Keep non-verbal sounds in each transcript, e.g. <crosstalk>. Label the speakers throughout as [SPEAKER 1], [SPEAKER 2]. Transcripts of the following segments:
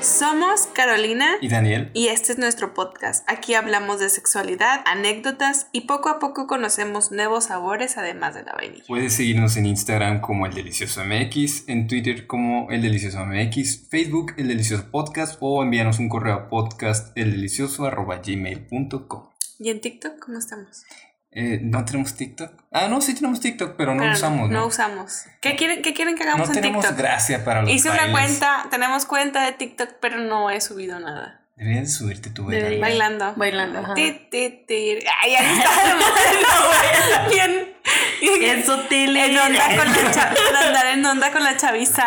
[SPEAKER 1] Somos Carolina
[SPEAKER 2] ¿Y Daniel?
[SPEAKER 1] y este es nuestro podcast. Aquí hablamos de sexualidad, anécdotas y poco a poco conocemos nuevos sabores además de la vainilla.
[SPEAKER 2] Puedes seguirnos en Instagram como El Delicioso MX, en Twitter como El Delicioso MX, Facebook El Delicioso Podcast o enviarnos un correo a podcast gmail.com
[SPEAKER 1] ¿Y en TikTok cómo estamos?
[SPEAKER 2] Eh, ¿No tenemos TikTok? Ah, no, sí tenemos TikTok, pero no
[SPEAKER 1] Pero
[SPEAKER 2] usamos.
[SPEAKER 1] No
[SPEAKER 2] No,
[SPEAKER 1] usamos. ¿Qué quieren, qué quieren que
[SPEAKER 2] No
[SPEAKER 1] hagamos en
[SPEAKER 2] tenemos
[SPEAKER 1] TikTok?
[SPEAKER 2] gracia para los
[SPEAKER 1] Hice una
[SPEAKER 2] bailes.
[SPEAKER 1] cuenta, tenemos cuenta de TikTok, pero no he subido nada.
[SPEAKER 2] Deberías subirte tu
[SPEAKER 3] Debería.
[SPEAKER 2] bailando.
[SPEAKER 1] Bailando.
[SPEAKER 3] Bailando, ajá.
[SPEAKER 1] Ti, ti, ti. Ay, ahí
[SPEAKER 3] <laughs>
[SPEAKER 1] está hermano, güey. Bien.
[SPEAKER 3] Es sutil.
[SPEAKER 1] En onda con la cha- en andar en onda con la chaviza.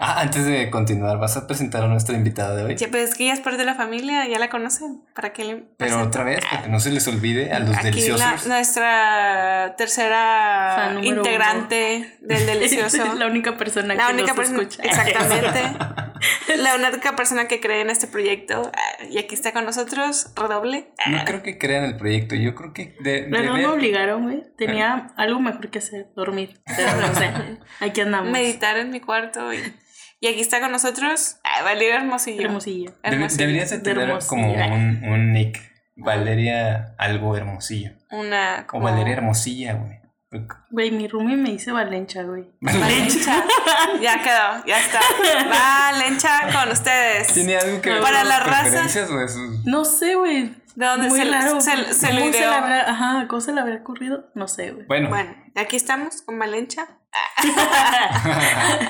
[SPEAKER 2] Ah, antes de continuar, ¿vas a presentar a nuestra invitada de hoy?
[SPEAKER 1] Ya, pues es que ella es parte de la familia, ya la conocen. ¿Para qué le
[SPEAKER 2] Pero
[SPEAKER 1] presento?
[SPEAKER 2] otra vez, para que no se les olvide a los
[SPEAKER 1] Aquí la-
[SPEAKER 2] deliciosos.
[SPEAKER 1] nuestra
[SPEAKER 3] Fan
[SPEAKER 1] tercera
[SPEAKER 3] número
[SPEAKER 1] integrante
[SPEAKER 3] <laughs>
[SPEAKER 1] del delicioso.
[SPEAKER 3] la única persona
[SPEAKER 1] La
[SPEAKER 3] que
[SPEAKER 1] única
[SPEAKER 3] nos
[SPEAKER 1] persona,
[SPEAKER 3] escucha. <laughs>
[SPEAKER 1] exactamente. la única persona que cree en este proyecto ah, y aquí está con nosotros, redoble. Ah,
[SPEAKER 2] No creo que crean el proyecto, yo creo que de,
[SPEAKER 3] No, no
[SPEAKER 2] debe-
[SPEAKER 3] me obligaron, güey. Tenía algo mejor que hacer, dormir. Pero no sé.
[SPEAKER 1] <laughs>
[SPEAKER 3] Aquí andamos.
[SPEAKER 1] meditar en mi cuarto y, y aquí está con nosotros ah, Valeria Hermosillo.
[SPEAKER 3] Hermosillo.
[SPEAKER 2] debe-
[SPEAKER 1] Hermosillo.
[SPEAKER 2] deberías de tener
[SPEAKER 3] Hermosillo.
[SPEAKER 2] como un, un nick, Valeria algo hermosillo.
[SPEAKER 1] Una
[SPEAKER 2] O
[SPEAKER 1] como
[SPEAKER 2] Valeria hermosilla, güey.
[SPEAKER 3] Güey, mi roomie me dice Valencha, güey.
[SPEAKER 2] <laughs>
[SPEAKER 1] Valencha. ya quedó, ya
[SPEAKER 3] <laughs>
[SPEAKER 1] está. Valencha con ustedes.
[SPEAKER 2] ¿Tiene algo que ver
[SPEAKER 1] Para
[SPEAKER 2] con
[SPEAKER 1] la
[SPEAKER 2] sus
[SPEAKER 1] raza.
[SPEAKER 2] preferencias o eso?
[SPEAKER 3] No sé, güey.
[SPEAKER 1] ¿De dónde
[SPEAKER 3] Muy
[SPEAKER 1] se,
[SPEAKER 3] raro.
[SPEAKER 1] se, se lo
[SPEAKER 3] ¿Cómo
[SPEAKER 1] ideó?
[SPEAKER 3] le habrá- Ajá, ¿cómo se le habrá ocurrido? No
[SPEAKER 1] <laughs>
[SPEAKER 3] sé, güey.
[SPEAKER 2] Bueno,
[SPEAKER 1] Bueno, aquí estamos con Valencha.
[SPEAKER 2] <laughs>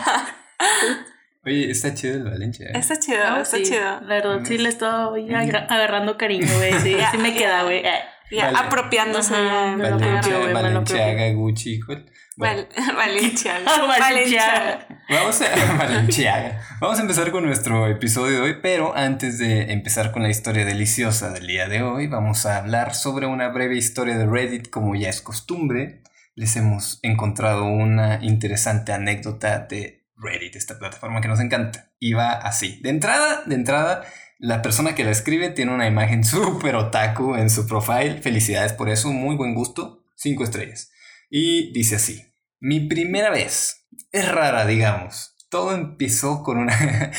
[SPEAKER 2] oye, está chido el Valencia. ¿eh?
[SPEAKER 1] Está chido,
[SPEAKER 3] Ah,
[SPEAKER 1] está
[SPEAKER 3] sí,
[SPEAKER 1] chido.
[SPEAKER 3] La verdad, sí le estoy agra- agarrando cariño, güey.
[SPEAKER 1] <laughs>
[SPEAKER 3] Sí, sí me queda, güey. Eh.
[SPEAKER 1] Ya,
[SPEAKER 2] Vale.
[SPEAKER 1] apropiándose. ya.
[SPEAKER 3] Ajá. no,
[SPEAKER 2] Valencia,
[SPEAKER 3] no, no, no, no,
[SPEAKER 2] Valenciaga,
[SPEAKER 3] no, no,
[SPEAKER 2] Gucci. ¿cuál? Bueno,
[SPEAKER 1] Val- Valencia.
[SPEAKER 3] <laughs> Valencia.
[SPEAKER 2] vamos a <laughs> Valenciaga. Vamos a empezar con nuestro episodio de hoy, pero antes de empezar con la historia deliciosa del día de hoy, vamos a hablar sobre una breve historia de Reddit, como ya es costumbre. Les hemos encontrado una interesante anécdota de Reddit, esta plataforma que nos encanta. Y va así. De entrada, de entrada, La persona que la escribe tiene una imagen <laughs> súper otaku en su profile. Felicidades por eso, muy buen gusto. Cinco estrellas. Y dice así: Mi primera vez. Es rara, digamos. Todo empezó con una.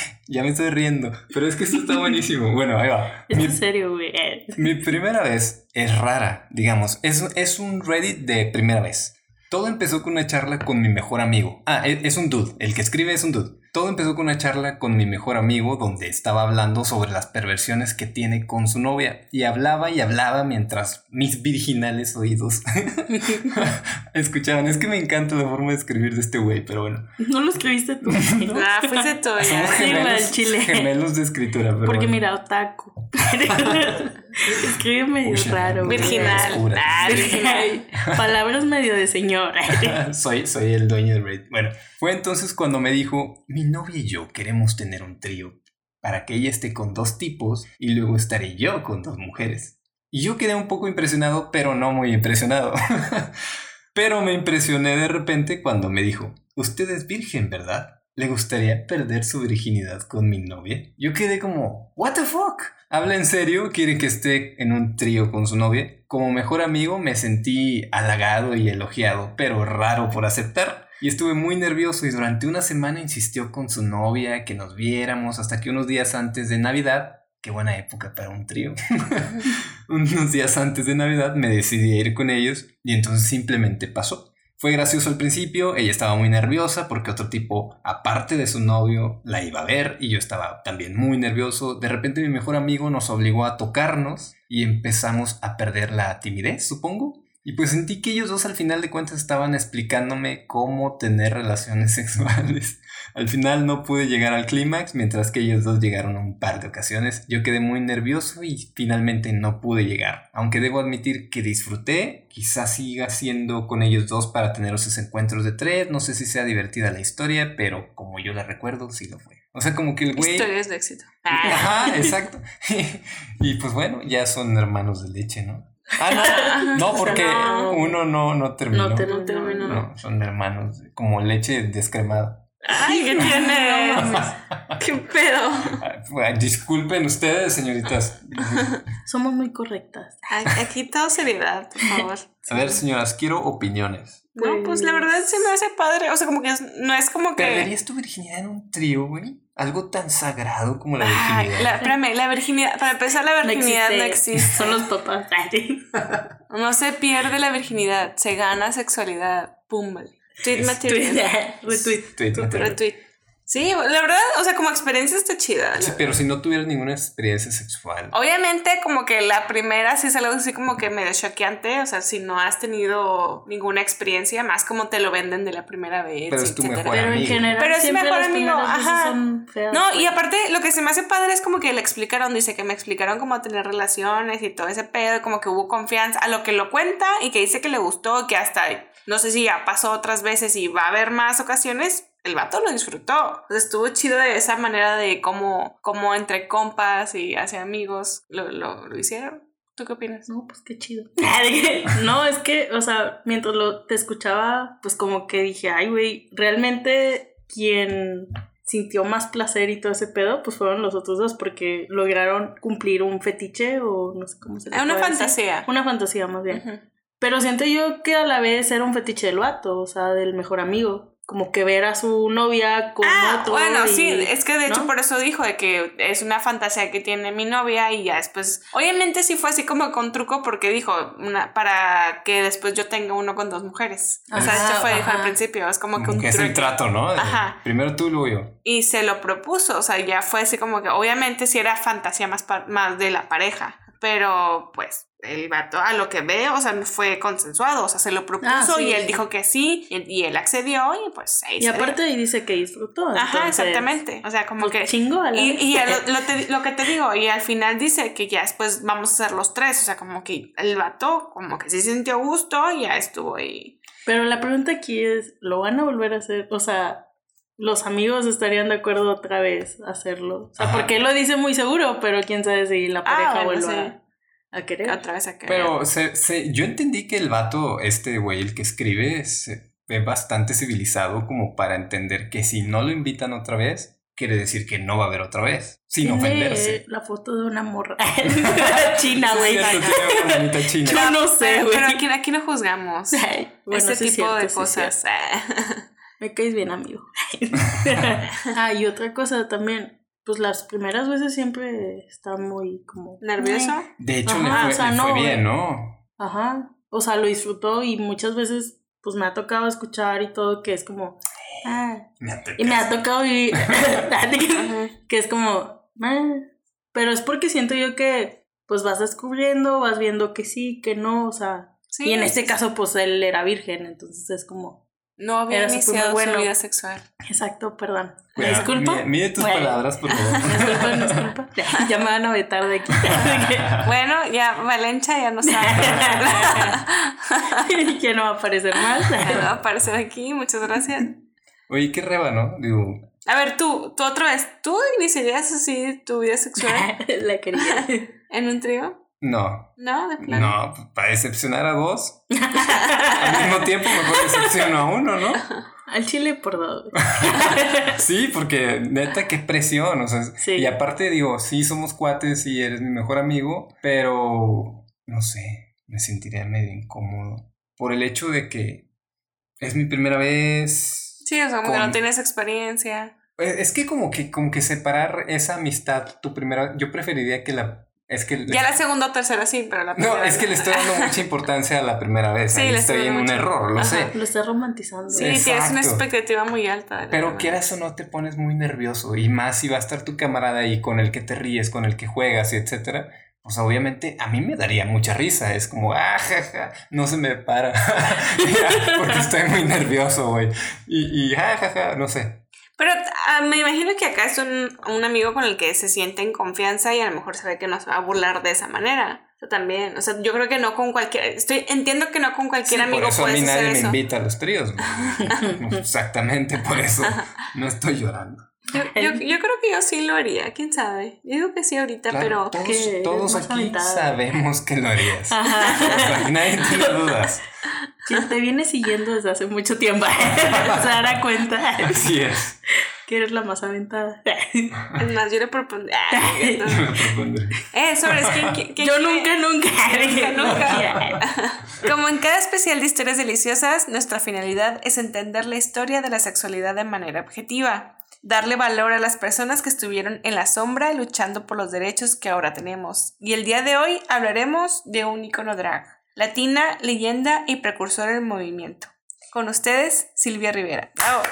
[SPEAKER 2] <laughs> ya me estoy riendo, pero es que esto está buenísimo. Bueno, ahí va.
[SPEAKER 3] Es
[SPEAKER 2] Mi,
[SPEAKER 3] en serio, güey. Eh.
[SPEAKER 2] mi primera vez es rara, digamos. Es, es un Reddit de primera vez. Todo empezó con una charla con mi mejor amigo. Ah, e- es, un dude. El que escribe es un dude. Todo empezó con una charla con mi mejor amigo donde estaba hablando sobre las perversiones que tiene con su novia. Y hablaba y hablaba mientras mis virginales oídos <laughs> escuchaban. Es que me encanta la forma de escribir de este güey, pero bueno.
[SPEAKER 3] No lo escribiste tú. ¿no?
[SPEAKER 1] Ah, fuiste tú. ya.
[SPEAKER 2] Somos
[SPEAKER 3] sí,
[SPEAKER 2] gemelos,
[SPEAKER 3] al chile.
[SPEAKER 2] gemelos de escritura, pero
[SPEAKER 3] Porque
[SPEAKER 2] bueno.
[SPEAKER 3] mira, otaku. <laughs> Escribe medio
[SPEAKER 2] Uy,
[SPEAKER 3] raro.
[SPEAKER 1] <laughs>
[SPEAKER 3] güey.
[SPEAKER 1] Virginal.
[SPEAKER 2] Oscuras.
[SPEAKER 1] Ah, virginal.
[SPEAKER 3] Ay, Palabras medio de
[SPEAKER 2] <laughs>
[SPEAKER 3] señora.
[SPEAKER 2] soy, soy el dueño de Reddit. Bueno, fue entonces cuando me dijo, mi novia y yo queremos tener un trío para que ella esté con dos tipos y luego estaré yo con dos mujeres. Y yo quedé un poco impresionado, pero no muy impresionado. <laughs> pero me impresioné de repente cuando me dijo, usted es virgen, ¿verdad? ¿Le gustaría perder su virginidad con mi novia? Yo quedé como, ¿What the fuck? ¿Habla en serio? ¿Quiere que esté en un trío con su novia? Como mejor amigo me sentí halagado y elogiado, pero raro por aceptar. Y estuve muy nervioso y durante una semana insistió con su novia que nos viéramos hasta que unos días antes de Navidad, qué buena época para un trío, unos días antes de Navidad me decidí a ir con ellos y entonces simplemente pasó. Fue gracioso al principio, ella estaba muy nerviosa porque otro tipo, aparte de su novio, la iba a ver y yo estaba también muy nervioso. De repente mi mejor amigo nos obligó a tocarnos y empezamos a perder la timidez, supongo. Y pues sentí que ellos dos al final de cuentas estaban explicándome cómo tener relaciones <laughs> sexuales. Al final no pude llegar al clímax, mientras que ellos dos llegaron a un par de ocasiones. Yo quedé muy nervioso y finalmente no pude llegar. Aunque debo admitir que disfruté, quizás siga siendo con ellos dos para tener esos encuentros de tres. No sé si sea divertida la historia, pero como yo la recuerdo, sí lo fue. O sea, como que el güey.
[SPEAKER 1] Historias de éxito. Ah.
[SPEAKER 2] Ajá, exacto. <laughs> y pues bueno, ya son hermanos de leche, ¿no? Ah, no, no, porque
[SPEAKER 3] No.
[SPEAKER 2] uno no, no terminó.
[SPEAKER 3] No, te, no terminó.
[SPEAKER 2] No, son hermanos, como leche descremada.
[SPEAKER 3] <laughs>
[SPEAKER 1] Ay, <laughs> ¿qué tiene? ¿Qué pedo?
[SPEAKER 2] Ah, pues, Disculpen ustedes, señoritas.
[SPEAKER 3] Somos muy correctas.
[SPEAKER 1] A- Aquí todo seriedad, por favor.
[SPEAKER 2] A ver, señoras, quiero opiniones.
[SPEAKER 1] No, pues la verdad se me hace padre. O sea, como que es- no es como que.
[SPEAKER 2] ¿Perderías tu virginidad en un trío, güey? Algo tan sagrado como la
[SPEAKER 1] Ah,
[SPEAKER 2] virginidad.
[SPEAKER 1] la, espérame, la virginidad. Para empezar, la virginidad no existe.
[SPEAKER 3] Son los papás.
[SPEAKER 1] No se pierde la virginidad, se gana sexualidad. Pum, vale. Tweet
[SPEAKER 2] Es
[SPEAKER 1] material.
[SPEAKER 3] Tweet, <laughs> retweet.
[SPEAKER 2] Tweet, tweet, tweet.
[SPEAKER 1] Retweet. Sí, la verdad, o sea, como experiencia está chida.
[SPEAKER 2] Sí, pero si no tuvieras ninguna experiencia sexual.
[SPEAKER 1] Oh, Obviamente, como que la primera sí es algo así como que medio choqueante. O sea, si no has tenido ninguna experiencia, más como te lo venden de la primera vez.
[SPEAKER 2] Pero es tu
[SPEAKER 1] etcétera.
[SPEAKER 2] mejor
[SPEAKER 3] Pero en
[SPEAKER 2] amigo.
[SPEAKER 3] general.
[SPEAKER 1] Pero es
[SPEAKER 3] siempre
[SPEAKER 1] mejor
[SPEAKER 3] las
[SPEAKER 1] amigo,
[SPEAKER 3] primeras veces
[SPEAKER 1] ajá.
[SPEAKER 3] son feas.
[SPEAKER 1] No, y aparte lo que se me hace padre es como que le explicaron, dice que me explicaron cómo tener relaciones y todo ese pedo, como que hubo confianza, a lo que lo cuenta y que dice que le gustó, que hasta, no sé si ya pasó otras veces y va a haber más ocasiones, el vato lo disfrutó. O sea, estuvo chido de esa manera de cómo, cómo entre compas y hacia amigos lo, lo, lo hicieron. ¿Tú qué opinas?
[SPEAKER 3] No, pues qué <laughs> chido. no, es que, o sea, mientras lo te escuchaba, pues como que dije, ay, güey, realmente quien sintió más placer y todo ese pedo, pues fueron los otros dos, porque lograron cumplir un fetiche o no sé cómo se le
[SPEAKER 1] Es Ah, una
[SPEAKER 3] Pues puede decir.
[SPEAKER 1] fantasía.
[SPEAKER 3] Una fantasía más bien.
[SPEAKER 1] Ujú.
[SPEAKER 3] Pero siento yo que a la vez era un fetiche del vato, o sea, del mejor amigo. Como que ver a su novia con
[SPEAKER 1] Ah,
[SPEAKER 3] otro.
[SPEAKER 1] bueno,
[SPEAKER 3] y-
[SPEAKER 1] sí, es que de hecho
[SPEAKER 3] ¿no?
[SPEAKER 1] por eso dijo de que es una fantasía que tiene mi novia y ya después, obviamente sí fue así como con truco porque dijo una, para que después yo tenga uno con dos mujeres. O sea,
[SPEAKER 3] Ajá,
[SPEAKER 1] esto fue dijo al
[SPEAKER 3] ajá.
[SPEAKER 1] principio, es como que
[SPEAKER 2] Como
[SPEAKER 1] un
[SPEAKER 2] que es
[SPEAKER 1] truco.
[SPEAKER 2] el trato, ¿no? De
[SPEAKER 1] Ajá.
[SPEAKER 2] Primero tú, luego yo.
[SPEAKER 1] Y se lo propuso, o sea, ya fue así como que obviamente sí era fantasía más, pa- más de la pareja, pero pues el vato a lo que ve, o sea, fue consensuado, o sea, se lo propuso
[SPEAKER 3] Ah, sí,
[SPEAKER 1] y él
[SPEAKER 3] sí.
[SPEAKER 1] dijo que sí y, y él accedió y pues ahí
[SPEAKER 3] Y
[SPEAKER 1] se
[SPEAKER 3] aparte ahí dice que disfrutó.
[SPEAKER 1] dio. Ajá,
[SPEAKER 3] entonces, pues,
[SPEAKER 1] exactamente. O sea, como
[SPEAKER 3] Como que
[SPEAKER 1] que
[SPEAKER 3] chingo a la
[SPEAKER 1] Y,
[SPEAKER 3] vez.
[SPEAKER 1] y ya
[SPEAKER 3] <laughs>
[SPEAKER 1] lo, lo te- lo que te digo, y al final dice que ya después vamos a ser los tres, o sea, como que el vato, como que sí sintió gusto y ya estuvo ahí.
[SPEAKER 3] Pero la pregunta aquí es, ¿lo van a volver a hacer? O sea, ¿los amigos estarían de acuerdo otra vez a hacerlo? O sea,
[SPEAKER 2] Ajá.
[SPEAKER 3] porque él lo dice muy seguro, pero quién sabe si la pareja
[SPEAKER 1] Ah, bueno,
[SPEAKER 3] vuelva
[SPEAKER 1] sí.
[SPEAKER 3] a, a querer.
[SPEAKER 1] Otra vez acá.
[SPEAKER 3] Eh.
[SPEAKER 2] Pero se, se- yo entendí que el vato, este güey, el que escribe, se ve bastante civilizado como para entender que si no lo invitan otra vez, quiere decir que no va a haber otra vez, sin
[SPEAKER 3] Tiene
[SPEAKER 2] ofenderse.
[SPEAKER 3] La foto de
[SPEAKER 1] <laughs>
[SPEAKER 3] una morra china, güey.
[SPEAKER 2] Sí, es cierto, tiene una bonita china.
[SPEAKER 3] Yo no sé,
[SPEAKER 1] pero,
[SPEAKER 3] güey.
[SPEAKER 1] pero aquí, aquí no juzgamos
[SPEAKER 3] Ay, <laughs> bueno,
[SPEAKER 1] este
[SPEAKER 3] sí es
[SPEAKER 1] tipo
[SPEAKER 3] cierto, sí
[SPEAKER 1] de
[SPEAKER 3] es
[SPEAKER 1] cosas.
[SPEAKER 3] cierto. Me caes bien, amigo. ah, y otra cosa también, pues las primeras veces siempre está muy como...
[SPEAKER 1] <laughs> ¿Nervioso?
[SPEAKER 2] De hecho, le
[SPEAKER 3] Ajá,
[SPEAKER 2] fue,
[SPEAKER 3] o sea,
[SPEAKER 2] le fue
[SPEAKER 3] no,
[SPEAKER 2] bien,
[SPEAKER 3] güey.
[SPEAKER 2] ¿no?
[SPEAKER 3] Ajá. O sea, lo disfrutó y muchas veces pues me ha tocado escuchar y todo que es como ah,
[SPEAKER 2] Me
[SPEAKER 3] y me ha
[SPEAKER 2] atreves.
[SPEAKER 3] tocado vivir <laughs>
[SPEAKER 1] Ajá.
[SPEAKER 3] que es como "Ah". pero es porque siento yo que pues vas descubriendo, vas viendo que sí, que no, o sea,
[SPEAKER 1] Sí,
[SPEAKER 3] y en este caso pues él era virgen, entonces es como
[SPEAKER 1] no había
[SPEAKER 3] era súper
[SPEAKER 1] iniciado
[SPEAKER 3] bueno.
[SPEAKER 1] su vida sexual.
[SPEAKER 3] exacto, perdón.
[SPEAKER 2] Cuidado,
[SPEAKER 3] Disculpa.
[SPEAKER 2] Mide, mide tus
[SPEAKER 3] Güey.
[SPEAKER 2] palabras, por favor.
[SPEAKER 3] <laughs> Disculpa, disculpa. Ya me van a vetar de aquí. <laughs>
[SPEAKER 1] Bueno, ya Valencha ya no <laughs> sabe.
[SPEAKER 3] ya no va a aparecer más. <laughs>
[SPEAKER 1] Ya no va a aparecer aquí, muchas gracias.
[SPEAKER 2] Oye, qué reba, ¿no? Digo,
[SPEAKER 1] A ver, tú, tú otra vez, ¿tú iniciarías así tu vida
[SPEAKER 3] <laughs>
[SPEAKER 1] sexual
[SPEAKER 3] La quería.
[SPEAKER 1] <laughs> en un trío?
[SPEAKER 2] no.
[SPEAKER 1] No, de plano.
[SPEAKER 2] No, para decepcionar a dos, al mismo tiempo mejor decepciono a uno, ¿no?
[SPEAKER 3] Al chile por dos.
[SPEAKER 2] Sí, porque neta, qué presión. O sea,
[SPEAKER 3] Sí.
[SPEAKER 2] y aparte digo, sí somos cuates y eres mi mejor amigo, pero no sé, me sentiría medio incómodo por el hecho de que es mi primera vez.
[SPEAKER 1] Sí, o sea, como que
[SPEAKER 2] Con-
[SPEAKER 1] no tienes experiencia.
[SPEAKER 2] Es es que como que como que separar esa amistad, tu primera, yo preferiría que la es que
[SPEAKER 1] Ya la segunda o tercera sí, pero la primera
[SPEAKER 2] no, es que le
[SPEAKER 1] <laughs>
[SPEAKER 2] estoy dando mucha importancia a la primera vez.
[SPEAKER 1] Sí,
[SPEAKER 2] Ahí
[SPEAKER 1] le estoy
[SPEAKER 2] estoy en
[SPEAKER 1] dando
[SPEAKER 2] un
[SPEAKER 1] mucha-
[SPEAKER 2] error, lo
[SPEAKER 1] Ajá.
[SPEAKER 2] sé.
[SPEAKER 3] Lo está romantizando.
[SPEAKER 1] Sí,
[SPEAKER 2] Exacto.
[SPEAKER 1] tienes una expectativa muy alta. de la
[SPEAKER 2] Pero
[SPEAKER 1] verdad.
[SPEAKER 2] quieras o no, te pones muy nervioso y más si va a estar tu camarada ahí con el que te ríes, con el que juegas y etcétera. Pues obviamente a mí me daría mucha risa. Es como, ah, ja, ja, no se me para <laughs> porque estoy muy nervioso, güey. Y, y ah, ja, ja, no sé.
[SPEAKER 1] Pero ah, me imagino que acá es un, un amigo con el que se siente en confianza y a lo mejor sabe que nos va a burlar de esa manera. Yo también. O sea, yo creo que no con cualquier. Estoy, entiendo que no con cualquier
[SPEAKER 2] Sí,
[SPEAKER 1] amigo
[SPEAKER 2] por eso a mí
[SPEAKER 1] puedes
[SPEAKER 2] nadie
[SPEAKER 1] hacer
[SPEAKER 2] me
[SPEAKER 1] eso.
[SPEAKER 2] invita a los tríos. güey. Exactamente por eso. No estoy llorando.
[SPEAKER 1] Yo, yo, yo creo que yo sí lo haría, quién sabe. Yo digo que sí ahorita,
[SPEAKER 2] Claro,
[SPEAKER 1] pero.
[SPEAKER 3] que
[SPEAKER 2] todos,
[SPEAKER 3] eres
[SPEAKER 2] todos
[SPEAKER 3] más
[SPEAKER 2] aquí
[SPEAKER 3] aventada.
[SPEAKER 2] sabemos que lo harías.
[SPEAKER 3] Ajá.
[SPEAKER 2] Nadie tiene dudas.
[SPEAKER 3] Quien te viene siguiendo desde hace
[SPEAKER 1] <laughs>
[SPEAKER 3] mucho tiempo. Se dará cuenta
[SPEAKER 2] Así es. <laughs>
[SPEAKER 3] que eres la más aventada.
[SPEAKER 1] <laughs> Es más, yo le propondría.
[SPEAKER 2] <laughs> Yo me propondré.
[SPEAKER 1] eh, sobre es que. que- que-
[SPEAKER 3] Yo nunca,
[SPEAKER 1] <laughs>
[SPEAKER 3] nunca.
[SPEAKER 1] Nunca, nunca. Como en cada especial de historias deliciosas, nuestra finalidad es entender la historia de la sexualidad de manera objetiva, darle valor a las personas que estuvieron en la sombra luchando por los derechos que ahora tenemos. Y el día de hoy hablaremos de un icono drag, latina, leyenda y precursor del movimiento. Con ustedes, Silvia Rivera. Bravo.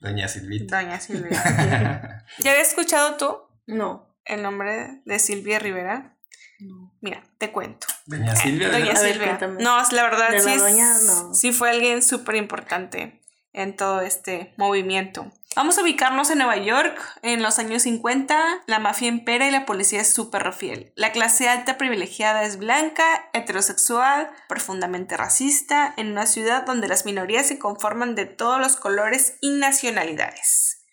[SPEAKER 2] Doña Silvita.
[SPEAKER 1] Doña Silvia.
[SPEAKER 2] <laughs>
[SPEAKER 1] ¿Ya habías escuchado tú
[SPEAKER 3] <laughs> No.
[SPEAKER 1] el nombre de Silvia Rivera?
[SPEAKER 3] no.
[SPEAKER 1] Mira, te cuento.
[SPEAKER 2] <laughs> Doña Silvia.
[SPEAKER 1] Doña
[SPEAKER 3] A ver,
[SPEAKER 1] Silvia.
[SPEAKER 3] cuéntame.
[SPEAKER 1] No, la verdad
[SPEAKER 3] ¿De
[SPEAKER 1] sí,
[SPEAKER 3] la
[SPEAKER 1] es-
[SPEAKER 3] doña? No.
[SPEAKER 1] sí fue alguien súper importante en todo este movimiento. Vamos a ubicarnos en Nueva York en los años 50. La mafia impera y la policía es súper fiel. La clase alta privilegiada es blanca, heterosexual, profundamente racista, en una ciudad donde las minorías se conforman de todos los colores y nacionalidades.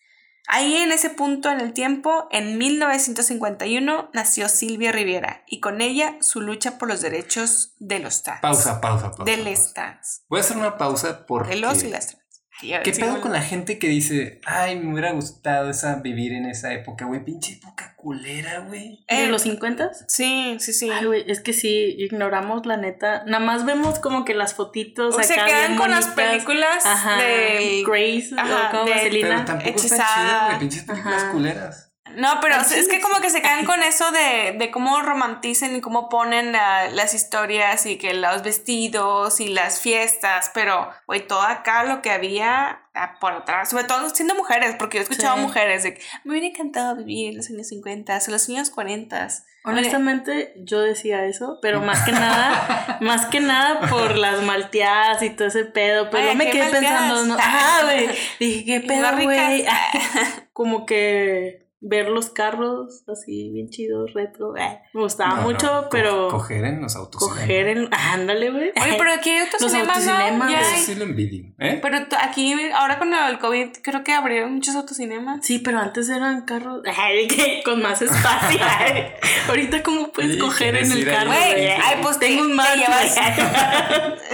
[SPEAKER 1] Ahí en ese punto en el tiempo, en 1951, nació Silvia Riviera y con ella su lucha por los derechos de los trans.
[SPEAKER 2] Pausa, pausa, pausa.
[SPEAKER 1] De
[SPEAKER 3] este.
[SPEAKER 1] les trans.
[SPEAKER 2] Voy a hacer una pausa porque.
[SPEAKER 1] De los y las trans. Ay, a ver
[SPEAKER 2] ¿Qué
[SPEAKER 1] si
[SPEAKER 2] pedo
[SPEAKER 1] vuelvo.
[SPEAKER 2] con la gente que dice, ay, me hubiera gustado esa, vivir en esa época, güey? Pinche época culera, güey.
[SPEAKER 1] Eh,
[SPEAKER 3] ¿De los 50?
[SPEAKER 1] Sí, sí, sí.
[SPEAKER 3] Ay, güey, es que sí, ignoramos la neta. Nada más vemos como que las fotitos.
[SPEAKER 1] O se
[SPEAKER 3] acá
[SPEAKER 1] quedan
[SPEAKER 3] bien
[SPEAKER 1] con las
[SPEAKER 3] bonitas.
[SPEAKER 1] películas
[SPEAKER 3] Ajá.
[SPEAKER 1] de...
[SPEAKER 3] Grace,
[SPEAKER 1] Ajá,
[SPEAKER 3] o como
[SPEAKER 1] de-
[SPEAKER 2] Pero
[SPEAKER 3] Vaselina.
[SPEAKER 2] tampoco está
[SPEAKER 1] hechizada.
[SPEAKER 2] chido, güey. Pinches películas
[SPEAKER 3] Ajá.
[SPEAKER 2] culeras.
[SPEAKER 1] No, pero
[SPEAKER 3] Ay,
[SPEAKER 1] es- es
[SPEAKER 3] sí.
[SPEAKER 1] que como que se quedan con eso de, de cómo romanticen y cómo ponen la- las historias y que los vestidos y las fiestas, pero, güey, todo acá lo que había ah, por atrás, sobre todo siendo mujeres, porque yo he escuchado
[SPEAKER 3] Sí.
[SPEAKER 1] mujeres de que me hubiera encantado vivir en los años 50, en los años 40.
[SPEAKER 3] <laughs> Honestamente, yo decía eso, pero más
[SPEAKER 2] <laughs>
[SPEAKER 3] que nada, más que
[SPEAKER 1] <laughs>
[SPEAKER 3] nada por las malteadas y todo ese pedo. Pero
[SPEAKER 1] Ay,
[SPEAKER 3] me
[SPEAKER 1] ¿qué
[SPEAKER 3] quedé pensando,
[SPEAKER 1] malteadas?
[SPEAKER 3] ¿no? Ajá, güey. Dije,
[SPEAKER 1] <laughs>
[SPEAKER 3] qué
[SPEAKER 1] Y
[SPEAKER 3] pedo,
[SPEAKER 1] más ricas.
[SPEAKER 3] güey. <laughs> Como que ver los carros así, bien chidos, retro. eh, Me gustaba
[SPEAKER 2] No, no,
[SPEAKER 3] mucho,
[SPEAKER 2] co-
[SPEAKER 3] pero
[SPEAKER 2] Coger en los autos.
[SPEAKER 3] coger en. ah, Ándale, güey.
[SPEAKER 1] Oye, pero aquí hay otros
[SPEAKER 3] Los
[SPEAKER 1] cinemas, ¿no?
[SPEAKER 3] autocinemas.
[SPEAKER 1] Ya
[SPEAKER 2] Eso
[SPEAKER 1] hay.
[SPEAKER 2] sí lo envidio, ¿eh?
[SPEAKER 1] Pero t- aquí, ahora con el COVID, creo que abrieron muchos autocinemas.
[SPEAKER 3] <laughs> Sí, pero antes eran carros <laughs> ay, que con
[SPEAKER 1] <laughs>
[SPEAKER 3] más espacio. ay. Ahorita, ¿cómo puedes
[SPEAKER 2] Sí,
[SPEAKER 3] coger en
[SPEAKER 2] quieres
[SPEAKER 3] el
[SPEAKER 2] ir ahí,
[SPEAKER 3] carro?
[SPEAKER 1] güey.
[SPEAKER 3] güey?
[SPEAKER 1] Ay, pues,
[SPEAKER 3] tengo
[SPEAKER 1] te-
[SPEAKER 3] un
[SPEAKER 1] te
[SPEAKER 3] mal.
[SPEAKER 1] llevas-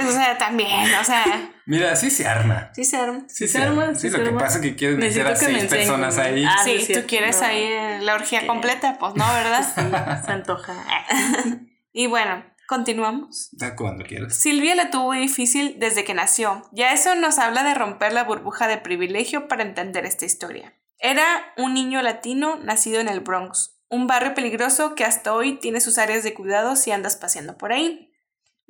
[SPEAKER 1] O sea, también, o sea,
[SPEAKER 2] Mira, sí se arma.
[SPEAKER 1] sí se arma.
[SPEAKER 2] Sí
[SPEAKER 3] se arma, sí
[SPEAKER 2] Sí,
[SPEAKER 3] se
[SPEAKER 2] lo que
[SPEAKER 3] arma.
[SPEAKER 2] pasa es que quieres meter
[SPEAKER 3] Necesito
[SPEAKER 2] a
[SPEAKER 3] que me
[SPEAKER 2] seis
[SPEAKER 3] enseñen.
[SPEAKER 2] personas ahí.
[SPEAKER 3] Ah, sí,
[SPEAKER 1] sí,
[SPEAKER 3] es
[SPEAKER 1] tú
[SPEAKER 3] cierto.
[SPEAKER 1] quieres ahí eh, la orgía
[SPEAKER 3] Que-
[SPEAKER 1] completa, pues no, ¿verdad? <laughs>
[SPEAKER 3] Se antoja.
[SPEAKER 1] y bueno, continuamos.
[SPEAKER 2] Da Cuando quieras.
[SPEAKER 1] Silvia la tuvo difícil desde que nació. Ya eso nos habla de romper la burbuja de privilegio para entender esta historia. Era un niño latino nacido en el Bronx, un barrio peligroso que hasta hoy tiene sus áreas de cuidado si andas paseando por ahí.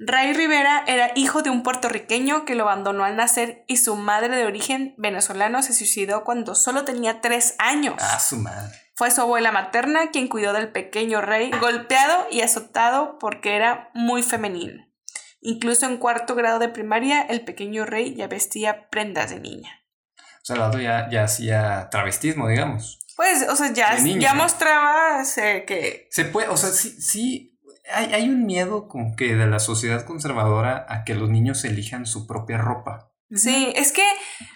[SPEAKER 1] Ray Rivera era hijo de un puertorriqueño que lo abandonó al nacer y su madre de origen venezolano se suicidó cuando solo tenía tres años.
[SPEAKER 2] Ah, su madre.
[SPEAKER 1] Fue su abuela materna quien cuidó del pequeño rey, golpeado y azotado porque era muy femenino. Incluso en cuarto grado de primaria, el pequeño rey ya vestía prendas de niña.
[SPEAKER 2] O sea, el vato ya, ya hacía travestismo, digamos.
[SPEAKER 1] Pues, o sea, ya,
[SPEAKER 2] De niño,
[SPEAKER 1] ya
[SPEAKER 2] ¿no?
[SPEAKER 1] mostraba eh, que...
[SPEAKER 2] Se puede, o sea, sí, sí hay, hay un miedo como que de la sociedad conservadora a que los niños elijan su propia ropa.
[SPEAKER 1] Sí, es que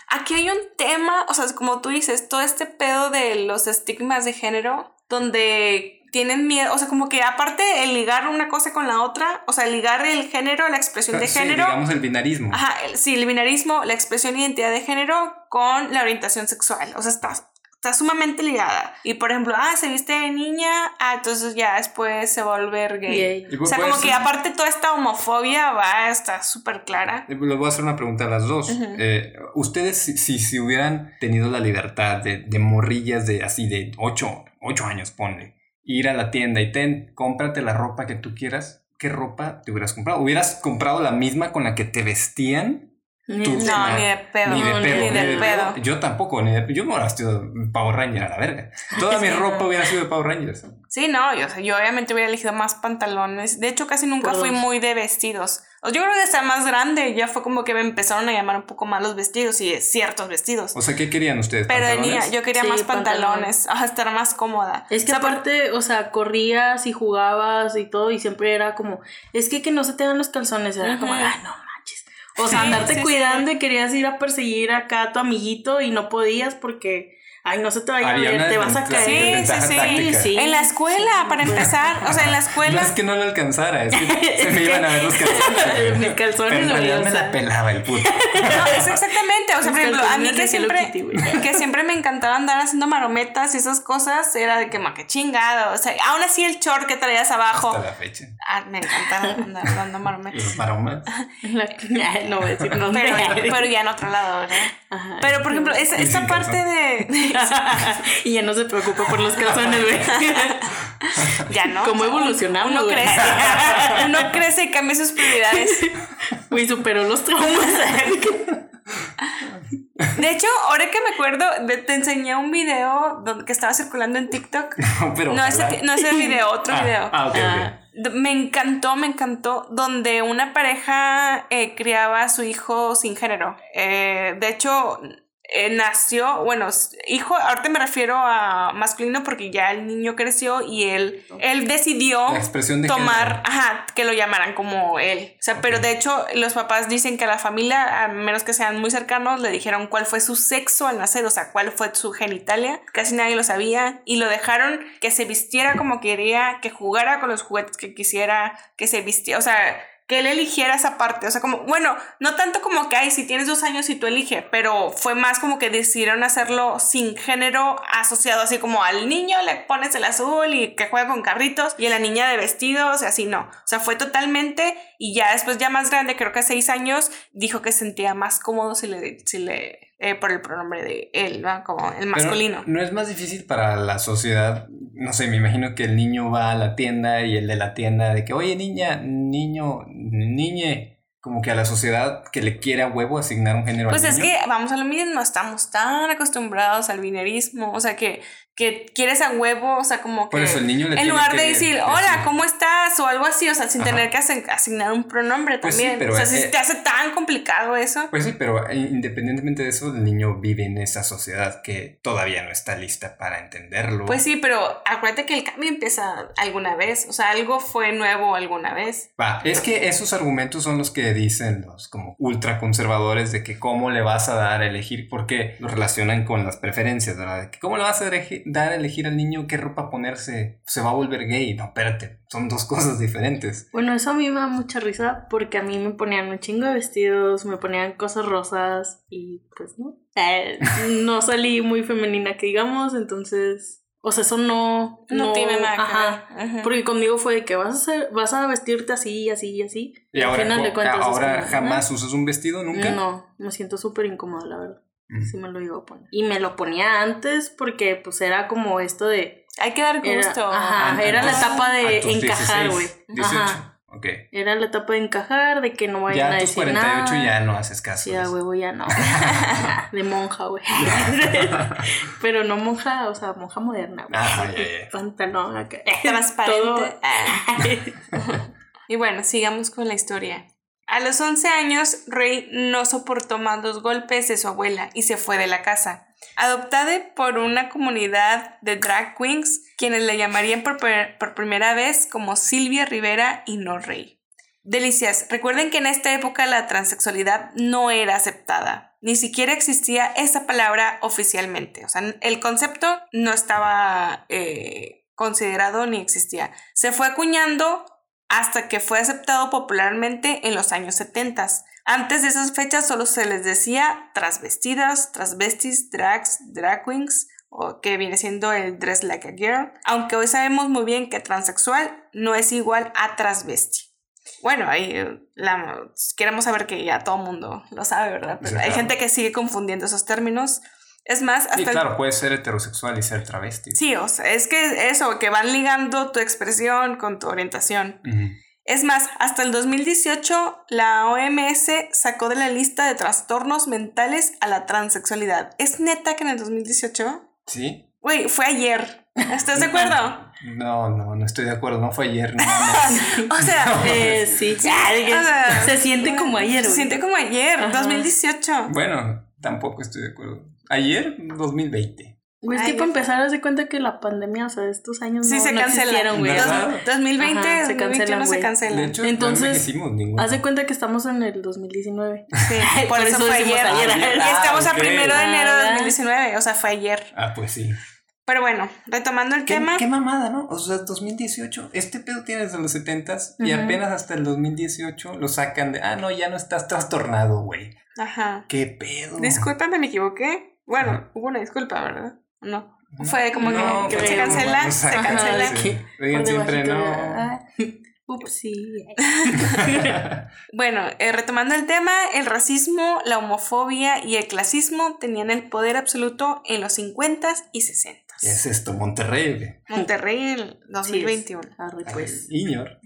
[SPEAKER 1] aquí hay un tema, o sea, como tú dices, todo este pedo de los estigmas de género, donde tienen miedo, o sea, como que aparte el ligar una cosa con la otra, o sea, ligar el género, la expresión de
[SPEAKER 2] Sí,
[SPEAKER 1] género,
[SPEAKER 2] digamos el binarismo.
[SPEAKER 1] Ajá, el- sí, el binarismo, la expresión e identidad de género con la orientación sexual. O sea, está, está sumamente ligada. Y por ejemplo, ah, se viste de niña, ah, entonces ya después se vuelve gay.
[SPEAKER 3] <laughs> Yay.
[SPEAKER 2] Y
[SPEAKER 1] O sea,
[SPEAKER 2] voy a
[SPEAKER 1] como que
[SPEAKER 2] hacer-
[SPEAKER 1] aparte toda esta homofobia va, está súper clara.
[SPEAKER 2] Le eh, voy a hacer una pregunta a las dos.
[SPEAKER 1] Ujú.
[SPEAKER 2] Eh, Ustedes, si, si, si hubieran tenido la libertad de, de morrillas de así de 8, años, ponle, ir a la tienda y ten, cómprate la ropa que tú quieras, ¿qué ropa te hubieras comprado? ¿Hubieras comprado la misma con la que te vestían? Tú,
[SPEAKER 1] No,
[SPEAKER 2] Nah,
[SPEAKER 1] ni de pedo.
[SPEAKER 2] Ni de
[SPEAKER 3] No,
[SPEAKER 2] pedo,
[SPEAKER 1] ni de pedo.
[SPEAKER 2] Yo tampoco, ni de- yo me hubiera sido Power Ranger a la verga. Toda mi ropa hubiera sido de Power Rangers.
[SPEAKER 1] Sí, no, yo, o sea, yo obviamente hubiera elegido más pantalones. De hecho, casi nunca
[SPEAKER 3] Por
[SPEAKER 1] fui
[SPEAKER 3] dos.
[SPEAKER 1] muy de vestidos. O Yo creo que hasta más grande ya fue como que me empezaron a llamar un poco más los vestidos y ciertos vestidos.
[SPEAKER 2] O sea, ¿qué querían ustedes?
[SPEAKER 1] Pero de
[SPEAKER 2] ¿Pantalones?
[SPEAKER 1] niña, yo quería
[SPEAKER 3] Sí,
[SPEAKER 1] más pantalones, <laughs> ajá, estar más cómoda.
[SPEAKER 3] Es que
[SPEAKER 1] O sea, por-
[SPEAKER 3] aparte, o sea, corrías y jugabas y todo, y siempre era como, es que que no se te dan los calzones, era como,
[SPEAKER 1] Ujú.
[SPEAKER 3] ah, no manches. O sea,
[SPEAKER 1] Sí,
[SPEAKER 3] andarte
[SPEAKER 1] sí, sí.
[SPEAKER 3] cuidando y querías ir a perseguir acá a tu amiguito y no podías porque Ay, no se te vaya a
[SPEAKER 2] Había una
[SPEAKER 3] ver, te vas a
[SPEAKER 2] desventaja-
[SPEAKER 3] caer.
[SPEAKER 1] Sí, sí, sí.
[SPEAKER 2] táctica.
[SPEAKER 3] Sí,
[SPEAKER 1] En la escuela,
[SPEAKER 3] <laughs>
[SPEAKER 1] para empezar, o sea, en la
[SPEAKER 2] No
[SPEAKER 1] escuela.
[SPEAKER 2] es que no lo alcanzara, es que se me iban a ver los calzones.
[SPEAKER 3] Mis calzones,
[SPEAKER 2] Pero en
[SPEAKER 3] güey,
[SPEAKER 2] realidad
[SPEAKER 3] o
[SPEAKER 2] me
[SPEAKER 3] sea.
[SPEAKER 2] la pelaba el puto.
[SPEAKER 1] <laughs> No, es exactamente. O sea, por
[SPEAKER 3] Mis
[SPEAKER 1] ejemplo, a mí que
[SPEAKER 3] calzones de Hello
[SPEAKER 1] siempre,
[SPEAKER 3] Kitty, güey.
[SPEAKER 1] que siempre me encantaba andar haciendo marometas y esas cosas, era de que ma, qué chingado. O sea, aún así el short que traías abajo.
[SPEAKER 2] Hasta la fecha.
[SPEAKER 1] Ah, me encantaba andar dando
[SPEAKER 3] <laughs>
[SPEAKER 1] marometas.
[SPEAKER 2] Los maromas. <laughs>
[SPEAKER 3] La- <laughs> Ay, no voy a decir dónde.
[SPEAKER 1] Pero, pero ya en otro lado, ¿verdad?
[SPEAKER 3] Ajá.
[SPEAKER 1] Pero, por ejemplo, esa-
[SPEAKER 2] Y sin
[SPEAKER 1] esta parte de.
[SPEAKER 3] <laughs> y ya no se preocupa por los calzones, güey. <laughs>
[SPEAKER 1] Ya no.
[SPEAKER 3] ¿Cómo evolucionamos?
[SPEAKER 1] Uno
[SPEAKER 3] güey?
[SPEAKER 1] crece. <laughs> Uno crece y cambia sus prioridades.
[SPEAKER 3] Güey, superó los traumas.
[SPEAKER 1] De hecho, ahora que me acuerdo, de- te enseñé un video donde, que estaba circulando en TikTok.
[SPEAKER 2] No, pero
[SPEAKER 1] No
[SPEAKER 2] <laughs> ojalá.
[SPEAKER 1] ese, ti- no ese video, otro
[SPEAKER 2] <laughs> ah,
[SPEAKER 1] video.
[SPEAKER 2] Ah, ok, ok.
[SPEAKER 3] Ah.
[SPEAKER 1] D- Me encantó, me encantó, donde una pareja eh, criaba a su hijo sin género. Eh, de hecho, eh, nació, bueno, s- hijo, ahorita me refiero a masculino porque ya el niño creció y él, él decidió
[SPEAKER 2] La expresión de
[SPEAKER 1] Ah, tomar,
[SPEAKER 2] género.
[SPEAKER 1] ajá, que lo llamaran como él. O sea, pero
[SPEAKER 2] Ok.
[SPEAKER 1] de hecho los papás dicen que a la familia, a menos que sean muy cercanos, le dijeron cuál fue su sexo al nacer, o sea, cuál fue su genitalia. Casi nadie lo sabía y lo dejaron que se vistiera como quería, que jugara con los juguetes que quisiera, que se vistiera, o sea, que él eligiera esa parte. O sea, como, bueno, no tanto como que, ay, si tienes dos años y tú elige, pero fue más como que decidieron hacerlo sin género asociado, así como al niño le pones el azul y que juega con carritos y a la niña de vestidos y así no. O sea, fue totalmente y ya después, ya más grande, creo que a seis años, dijo que se sentía más cómodo si le, si le, eh, por el pronombre de él, ¿no? Como el
[SPEAKER 2] Pero
[SPEAKER 1] masculino.
[SPEAKER 2] no es más difícil para la sociedad. No sé, me imagino que el niño va a la tienda y el de la tienda de que, oye, niña, niño, niñe. Como que a la sociedad que le quiera huevo asignar un género
[SPEAKER 1] Pues
[SPEAKER 2] al
[SPEAKER 1] es
[SPEAKER 2] niño.
[SPEAKER 1] que vamos a lo mismo, estamos tan acostumbrados al binerismo, o sea que, que quieres a huevo, o sea como que
[SPEAKER 2] Por eso el niño le
[SPEAKER 1] en
[SPEAKER 2] tiene
[SPEAKER 1] lugar
[SPEAKER 2] que
[SPEAKER 1] de decir hola,
[SPEAKER 2] decir-
[SPEAKER 1] ¿cómo estás? o algo así, o sea, sin
[SPEAKER 2] Ajá.
[SPEAKER 1] tener que asen- asignar un pronombre
[SPEAKER 2] Pues sí,
[SPEAKER 1] también.
[SPEAKER 2] pero
[SPEAKER 1] o sea,
[SPEAKER 2] es-
[SPEAKER 1] si se te hace tan complicado eso.
[SPEAKER 2] Pues sí, pero independientemente de eso, el niño vive en esa sociedad que todavía no está lista para entenderlo.
[SPEAKER 1] Pues sí, pero acuérdate que el cambio empieza alguna vez, o sea, algo fue nuevo alguna vez.
[SPEAKER 2] Va, <laughs> es que esos argumentos son los que dicen los como ultraconservadores de que cómo le vas a dar a elegir, porque lo relacionan con las preferencias, ¿verdad? De que cómo le vas a elegi- dar a elegir al niño qué ropa ponerse, se va a volver gay. No, espérate, son dos <laughs> cosas diferentes.
[SPEAKER 3] Bueno, eso a mí me da mucha risa porque a mí me ponían un chingo de vestidos, me ponían cosas rosas y pues
[SPEAKER 1] <laughs>
[SPEAKER 3] no. Eh, no salí muy femenina que digamos, entonces, o sea, eso no
[SPEAKER 1] No, tiene nada que
[SPEAKER 3] ajá.
[SPEAKER 1] ver. Ujú.
[SPEAKER 3] Porque conmigo fue de que vas a hacer, vas a vestirte así, así, así.
[SPEAKER 2] Y
[SPEAKER 3] al
[SPEAKER 2] ahora,
[SPEAKER 3] final de
[SPEAKER 2] co-
[SPEAKER 3] cuentas, es
[SPEAKER 2] ahora
[SPEAKER 3] como,
[SPEAKER 2] jamás usas un vestido, nunca.
[SPEAKER 3] No, me siento súper incómoda, la verdad.
[SPEAKER 2] Mm.
[SPEAKER 3] Si me lo iba a poner. Y me lo ponía antes porque pues era como esto de...
[SPEAKER 1] Hay que dar
[SPEAKER 3] Era,
[SPEAKER 1] gusto.
[SPEAKER 3] ajá,
[SPEAKER 2] Antes-
[SPEAKER 3] Ah, era la etapa
[SPEAKER 2] a
[SPEAKER 3] de
[SPEAKER 2] tus
[SPEAKER 3] encajar,
[SPEAKER 2] 16,
[SPEAKER 3] güey.
[SPEAKER 2] 18.
[SPEAKER 3] Ajá.
[SPEAKER 2] Ok.
[SPEAKER 3] Era la etapa de encajar, de que no vayan
[SPEAKER 2] Ya
[SPEAKER 3] a
[SPEAKER 2] a tus
[SPEAKER 3] decir
[SPEAKER 2] 48
[SPEAKER 3] nada.
[SPEAKER 2] ya no haces caso.
[SPEAKER 3] Sí, a huevo
[SPEAKER 1] <laughs>
[SPEAKER 3] ya no. de monja, güey. Pero no monja, o sea, monja moderna, güey.
[SPEAKER 2] Ah, ya,
[SPEAKER 3] <laughs>
[SPEAKER 2] ya.
[SPEAKER 1] <laughs>
[SPEAKER 3] Pantalón acá.
[SPEAKER 1] Transparente.
[SPEAKER 3] Todo.
[SPEAKER 1] <laughs> Y bueno, sigamos con la historia. A los 11 años, Rey no soportó más los golpes de su abuela y se fue de la casa. Adoptada por una comunidad de drag queens, quienes la llamarían por, per- por primera vez como Silvia Rivera y no Rey. Delicias, recuerden que en esta época la transexualidad no era aceptada. Ni siquiera existía esa palabra oficialmente. O sea, el concepto no estaba eh, considerado ni existía. Se fue acuñando hasta que fue aceptado popularmente en los años 70. Antes de esas fechas solo se les decía transvestidas, transvestis, drags, drag queens, o que viene siendo el dress like a girl, aunque hoy sabemos muy bien que transexual no es igual a transvesti. Bueno, ahí eh, la- queremos saber que ya todo el mundo lo sabe, ¿verdad? Pero
[SPEAKER 2] Sí,
[SPEAKER 1] hay
[SPEAKER 2] claro.
[SPEAKER 1] gente que sigue confundiendo esos términos. Es más, hasta
[SPEAKER 2] Y
[SPEAKER 1] el-
[SPEAKER 2] claro, puedes ser heterosexual y ser travesti.
[SPEAKER 1] Sí, o sea, es que eso, que van ligando tu expresión con tu orientación.
[SPEAKER 2] Ujú.
[SPEAKER 1] Es más, hasta el 2018 la OMS sacó de la lista de trastornos mentales a la transexualidad. ¿Es neta que en el 2018?
[SPEAKER 2] ¿Sí?
[SPEAKER 1] Güey, fue ayer. ¿Estás de acuerdo?
[SPEAKER 2] No, no, no estoy de acuerdo. No fue ayer. no mames.
[SPEAKER 1] O
[SPEAKER 3] <laughs>
[SPEAKER 1] sea,
[SPEAKER 3] Eh, sí, ya, de que
[SPEAKER 1] o sea,
[SPEAKER 3] se siente como ayer,
[SPEAKER 1] se
[SPEAKER 3] güey.
[SPEAKER 1] siente como ayer,
[SPEAKER 3] Ajá.
[SPEAKER 1] 2018.
[SPEAKER 2] bueno, tampoco estoy de acuerdo. Ayer, 2020.
[SPEAKER 3] Güey, es que
[SPEAKER 1] Ay,
[SPEAKER 3] para empezar, haz de cuenta que la pandemia, o sea, estos años
[SPEAKER 1] Sí,
[SPEAKER 3] no,
[SPEAKER 1] se
[SPEAKER 3] no
[SPEAKER 1] cancela.
[SPEAKER 3] existieron, güey.
[SPEAKER 2] No.
[SPEAKER 3] O sea,
[SPEAKER 1] Dos- 2020,
[SPEAKER 3] Ajá, se
[SPEAKER 1] 2021
[SPEAKER 3] cancelan,
[SPEAKER 1] se
[SPEAKER 3] güey.
[SPEAKER 1] cancela.
[SPEAKER 2] De hecho,
[SPEAKER 3] Entonces,
[SPEAKER 2] no envejecimos ninguno.
[SPEAKER 3] Haz de cuenta que estamos en el 2019.
[SPEAKER 1] Sí,
[SPEAKER 3] <laughs>
[SPEAKER 1] por,
[SPEAKER 3] Por
[SPEAKER 1] eso,
[SPEAKER 3] eso
[SPEAKER 1] fue
[SPEAKER 3] decimos
[SPEAKER 1] ayer.
[SPEAKER 3] ayer.
[SPEAKER 1] Y
[SPEAKER 2] Ah,
[SPEAKER 1] estamos
[SPEAKER 2] ok.
[SPEAKER 1] a primero de enero de
[SPEAKER 3] Ah.
[SPEAKER 1] 2019, o sea, fue ayer.
[SPEAKER 2] Ah, pues sí.
[SPEAKER 1] Pero bueno, retomando el
[SPEAKER 2] ¿Qué,
[SPEAKER 1] tema.
[SPEAKER 2] qué mamada, ¿no? O sea, 2018. Este pedo tiene desde los 70s y
[SPEAKER 3] Ujú.
[SPEAKER 2] apenas hasta el 2018 lo sacan de. Ah, no, ya no estás trastornado, güey.
[SPEAKER 1] Ajá.
[SPEAKER 2] ¿Qué pedo?
[SPEAKER 1] Discúlpame, me equivoqué. Bueno,
[SPEAKER 2] Ajá.
[SPEAKER 1] hubo una disculpa, ¿verdad? No.
[SPEAKER 2] No,
[SPEAKER 1] Fue como que-
[SPEAKER 2] no,
[SPEAKER 1] que,
[SPEAKER 3] creo.
[SPEAKER 1] se cancela,
[SPEAKER 2] no,
[SPEAKER 1] se
[SPEAKER 2] ajá,
[SPEAKER 1] cancela.
[SPEAKER 3] sí.
[SPEAKER 2] sí. Digan
[SPEAKER 3] Por
[SPEAKER 2] siempre
[SPEAKER 3] debajito de-
[SPEAKER 2] <laughs> no.
[SPEAKER 3] <laughs> Ay, Upsi.
[SPEAKER 1] Bueno, eh, retomando el tema, el racismo, la homofobia y el clasismo tenían el poder absoluto en los 50s y 60s.
[SPEAKER 2] ¿Qué es esto? Monterrey, güey.
[SPEAKER 1] Monterrey el 2021.
[SPEAKER 3] Arre, pues.
[SPEAKER 2] Ay, Iñor.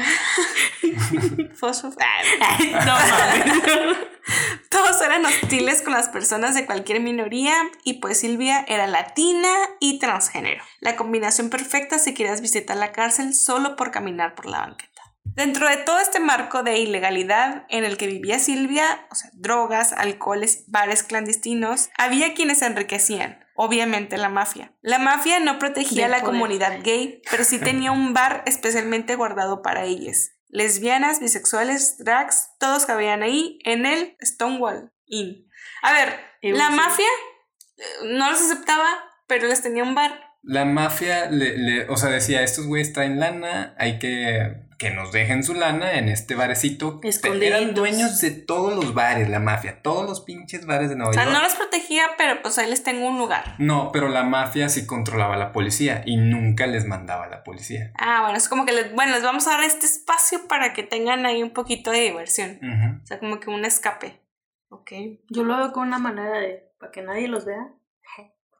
[SPEAKER 3] <laughs>
[SPEAKER 1] Fosfo- Ah,
[SPEAKER 3] Ay, no mames.
[SPEAKER 1] <laughs> Todos eran hostiles con las personas de cualquier minoría y pues Silvia era latina y transgénero. La combinación perfecta si querías visitar la cárcel solo por caminar por la banqueta. Dentro de todo este marco de ilegalidad en el que vivía Silvia, o sea, drogas, alcoholes, bares clandestinos, había quienes se enriquecían. Obviamente la mafia. La mafia no protegía a
[SPEAKER 3] Del
[SPEAKER 1] la
[SPEAKER 3] poder.
[SPEAKER 1] comunidad gay, pero sí tenía un bar especialmente guardado para ellas. Lesbianas, bisexuales, drags, todos cabían ahí en el Stonewall Inn. A ver,
[SPEAKER 3] Eh,
[SPEAKER 1] la
[SPEAKER 3] sí.
[SPEAKER 1] mafia eh, no los aceptaba, pero les tenía un bar.
[SPEAKER 2] La mafia, le, le- o sea, decía, estos güeyes traen lana, hay que que nos dejen su lana en este barecito. Te- Eran
[SPEAKER 3] Escondiditos.
[SPEAKER 2] dueños de todos los bares, la mafia, todos los pinches bares de Nueva
[SPEAKER 1] O sea,
[SPEAKER 2] York.
[SPEAKER 1] no los protegía, pero pues ahí les tengo un lugar.
[SPEAKER 2] No, pero la mafia sí controlaba a la policía y nunca les mandaba a la policía.
[SPEAKER 1] Ah, bueno, es como que les, bueno, les vamos a dar este espacio para que tengan ahí un poquito de diversión.
[SPEAKER 2] Ujú.
[SPEAKER 1] O sea, como que un escape. Ok.
[SPEAKER 3] Yo lo veo como una manera de. Para que nadie los vea.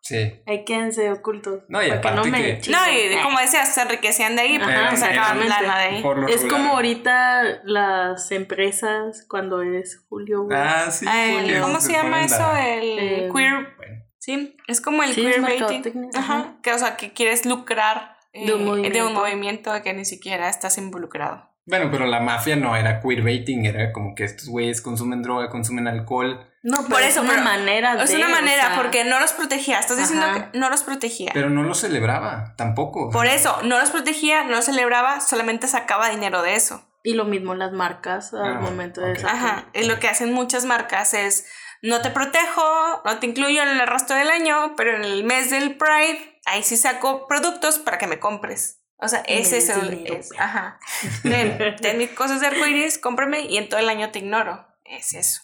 [SPEAKER 2] Sí.
[SPEAKER 3] Ahí quédense ocultos.
[SPEAKER 2] No, y
[SPEAKER 3] para que
[SPEAKER 2] aparte
[SPEAKER 3] no me
[SPEAKER 2] que-
[SPEAKER 1] No,
[SPEAKER 3] chinguen. Eh,
[SPEAKER 1] y de-
[SPEAKER 3] Ay.
[SPEAKER 1] como decías, se enriquecían de ahí,
[SPEAKER 3] Ajá,
[SPEAKER 1] pero pues sacaban
[SPEAKER 3] exactamente.
[SPEAKER 1] lana de ahí.
[SPEAKER 2] Por lo
[SPEAKER 3] Es
[SPEAKER 2] regular.
[SPEAKER 3] como ahorita las empresas cuando es julio. güey.
[SPEAKER 2] Ah, sí.
[SPEAKER 1] Ay,
[SPEAKER 2] que
[SPEAKER 1] Eh, ¿Cómo se llama
[SPEAKER 2] ponen
[SPEAKER 1] eso?
[SPEAKER 2] la-
[SPEAKER 1] El
[SPEAKER 3] Eh,
[SPEAKER 1] queer.
[SPEAKER 2] bueno.
[SPEAKER 1] Sí, es como el
[SPEAKER 3] Sí, es
[SPEAKER 1] queer
[SPEAKER 3] mercadotecnia,
[SPEAKER 1] Ajá.
[SPEAKER 3] ajá.
[SPEAKER 1] Que, o sea, que quieres lucrar eh,
[SPEAKER 3] De un movimiento.
[SPEAKER 1] movimiento que ni siquiera estás involucrado.
[SPEAKER 2] Bueno, pero la mafia no era queerbaiting, era como que estos güeyes consumen droga, consumen alcohol,
[SPEAKER 3] No, pero
[SPEAKER 1] Por
[SPEAKER 3] es
[SPEAKER 1] eso,
[SPEAKER 3] una
[SPEAKER 1] pero-
[SPEAKER 3] manera de.
[SPEAKER 1] Es una
[SPEAKER 3] Ah, o
[SPEAKER 1] manera,
[SPEAKER 3] sea,
[SPEAKER 1] porque no los protegía. Estás diciendo
[SPEAKER 3] Ajá.
[SPEAKER 1] que no los protegía.
[SPEAKER 2] pero no lo celebraba tampoco.
[SPEAKER 1] Por eso, no los protegía, no los celebraba, solamente sacaba dinero de eso.
[SPEAKER 3] Y lo mismo las marcas al
[SPEAKER 2] Ah,
[SPEAKER 3] momento
[SPEAKER 2] ok.
[SPEAKER 3] de sacar.
[SPEAKER 1] Ajá. Es lo que hacen muchas marcas es. No te protejo, no te incluyo en el resto del año, pero en el mes del Pride, ahí sí saco productos para que me compres. O sea,
[SPEAKER 3] Y me
[SPEAKER 1] ese es
[SPEAKER 3] des
[SPEAKER 1] el.
[SPEAKER 3] dinero,
[SPEAKER 1] es-
[SPEAKER 3] pues. <laughs>
[SPEAKER 1] ajá. Ten, ten mis cosas de arcoiris, cómprame y en todo el año te ignoro. Es eso.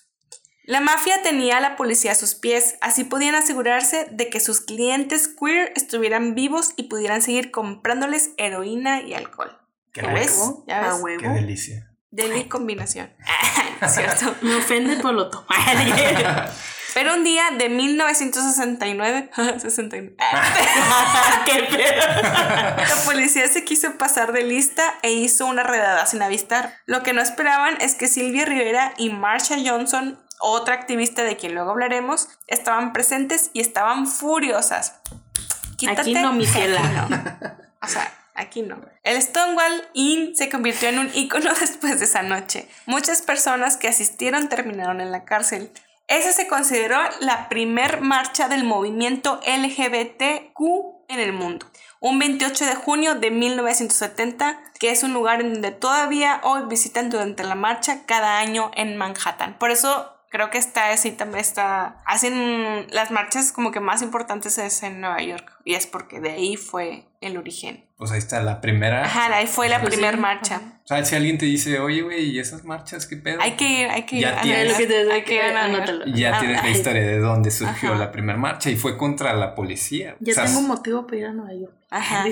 [SPEAKER 1] La mafia tenía a la policía a sus pies, así podían asegurarse de que sus clientes queer estuvieran vivos y pudieran seguir comprándoles heroína y alcohol.
[SPEAKER 3] Ah,
[SPEAKER 2] Qué
[SPEAKER 1] ¿Ya
[SPEAKER 2] rico,
[SPEAKER 1] ves? ¿Ya
[SPEAKER 3] A
[SPEAKER 1] ves?
[SPEAKER 3] huevo.
[SPEAKER 2] Qué delicia.
[SPEAKER 1] Deli
[SPEAKER 3] <laughs>
[SPEAKER 1] combinación. <laughs> ¿Cierto?
[SPEAKER 3] Me ofende, pero lo <laughs> tomo.
[SPEAKER 1] Pero un día de <laughs> 1969, 69,
[SPEAKER 3] <laughs> Qué pedo.
[SPEAKER 1] la policía se quiso pasar de lista e hizo una redada sin avistar. Lo que no esperaban es que Silvia Rivera y Marsha Johnson, otra activista de quien luego hablaremos, estaban presentes y estaban furiosas. Quítate.
[SPEAKER 3] Aquí no, mi ciela.
[SPEAKER 1] Aquí no. O sea, aquí no. El Stonewall Inn se convirtió en un ícono <laughs> después de esa noche. Muchas personas que asistieron terminaron en la cárcel. Esa se consideró la primer marcha del movimiento LGBTQ en el mundo. Un 28 de junio de 1970, que es un lugar en donde todavía hoy visitan durante la marcha cada año en Manhattan. Por eso creo que está así también está hacen las marchas como que más importantes es en Nueva York y es porque de ahí fue el origen
[SPEAKER 2] Pues ahí está la primera.
[SPEAKER 1] ajá de ahí fue la
[SPEAKER 2] Pues
[SPEAKER 1] primera
[SPEAKER 3] sí,
[SPEAKER 1] marcha
[SPEAKER 2] O sea, si alguien te dice, oye, güey, ¿y esas marchas qué pedo?
[SPEAKER 1] hay que ir hay que ir
[SPEAKER 2] Ya
[SPEAKER 1] a
[SPEAKER 2] tienes.
[SPEAKER 1] Nueva
[SPEAKER 2] Es
[SPEAKER 1] York,
[SPEAKER 2] lo que
[SPEAKER 1] hay que ir a Nueva
[SPEAKER 3] anótalo.
[SPEAKER 1] York.
[SPEAKER 2] Ya
[SPEAKER 1] Ah,
[SPEAKER 2] tienes la
[SPEAKER 1] ay.
[SPEAKER 2] historia de dónde surgió
[SPEAKER 1] Ajá.
[SPEAKER 2] la primera marcha y fue contra la policía.
[SPEAKER 3] Ya
[SPEAKER 2] O sea, <laughs>
[SPEAKER 3] tengo motivo para ir a Nueva York.
[SPEAKER 1] Ajá.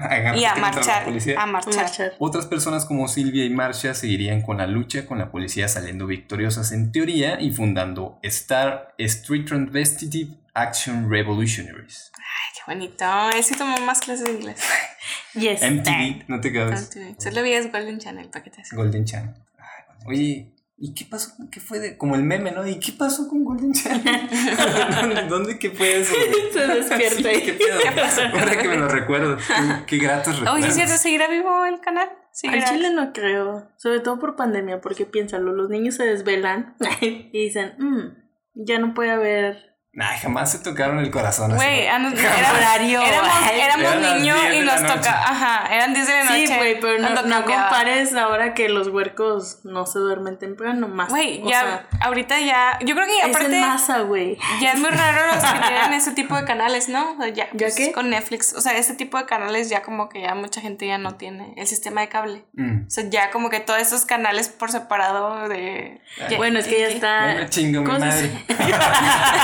[SPEAKER 2] agarraste
[SPEAKER 1] y a
[SPEAKER 2] contra la
[SPEAKER 1] marchar
[SPEAKER 2] policía.
[SPEAKER 1] a marchar
[SPEAKER 3] Marchar.
[SPEAKER 2] Otras personas como Silvia y Marcia seguirían con la lucha con la policía saliendo victoriosas en teoría y fundando Star Street Transvestitive Action Revolutionaries.
[SPEAKER 1] ay qué bonito él sí tomó más clases de inglés
[SPEAKER 3] <laughs> Yes.
[SPEAKER 2] MTV, no te quedas.
[SPEAKER 1] solo veías Golden Channel para que te hagas.
[SPEAKER 2] Golden Chan. Oye, ¿y qué pasó? con- ¿Qué fue de.? Como el meme, ¿no? ¿Y qué pasó con Golden Chan? ¿Dónde- ¿Dónde que fue eso?
[SPEAKER 1] <laughs>
[SPEAKER 2] güey?
[SPEAKER 3] Se despierta
[SPEAKER 2] Sí,
[SPEAKER 3] y-
[SPEAKER 2] ¿Qué pedo?
[SPEAKER 1] ¿Qué pasó?
[SPEAKER 2] Ahora que me lo recuerdo. Qué, qué gratos recuerdos.
[SPEAKER 1] oye es cierto seguirá vivo el canal
[SPEAKER 3] Al
[SPEAKER 1] seguirá
[SPEAKER 3] Chile no creo, sobre todo por pandemia, <laughs> porque piénsalo, los niños se desvelan y dicen, "Mm, ya no puede haber
[SPEAKER 2] Nah, jamás se tocaron el corazón. así,
[SPEAKER 1] Güey,
[SPEAKER 2] ¿no?
[SPEAKER 1] a nos-
[SPEAKER 2] Jamás.
[SPEAKER 1] era-
[SPEAKER 3] Horario. <laughs>
[SPEAKER 1] éramos,
[SPEAKER 3] Ay.
[SPEAKER 1] éramos
[SPEAKER 2] Eran las
[SPEAKER 1] niños
[SPEAKER 2] 10 de
[SPEAKER 1] y
[SPEAKER 2] la
[SPEAKER 1] nos
[SPEAKER 2] noche.
[SPEAKER 1] toca. Ajá, eran 10 de la noche.
[SPEAKER 3] Sí, güey, pero no,
[SPEAKER 1] cuando
[SPEAKER 3] no
[SPEAKER 1] cambiaba.
[SPEAKER 3] compares ahora que los huercos no se duermen temprano, más.
[SPEAKER 1] Güey,
[SPEAKER 3] o
[SPEAKER 1] ya,
[SPEAKER 3] sea,
[SPEAKER 1] ahorita ya. Yo creo que
[SPEAKER 3] es
[SPEAKER 1] aparte.
[SPEAKER 3] en masa, güey.
[SPEAKER 1] Ya es muy raro los que tienen ese tipo de canales, ¿no? O sea, ya, pues,
[SPEAKER 3] ¿Ya qué?
[SPEAKER 1] con Netflix. O sea, ese tipo de canales ya como que ya mucha gente ya no tiene el sistema de cable.
[SPEAKER 2] Mm.
[SPEAKER 1] O sea, ya como que todos esos canales por separado de...
[SPEAKER 2] Ay.
[SPEAKER 3] Bueno, es que ya
[SPEAKER 2] Me
[SPEAKER 3] está.
[SPEAKER 2] chingo mi
[SPEAKER 3] Ah, ¿Cómo se
[SPEAKER 2] madre.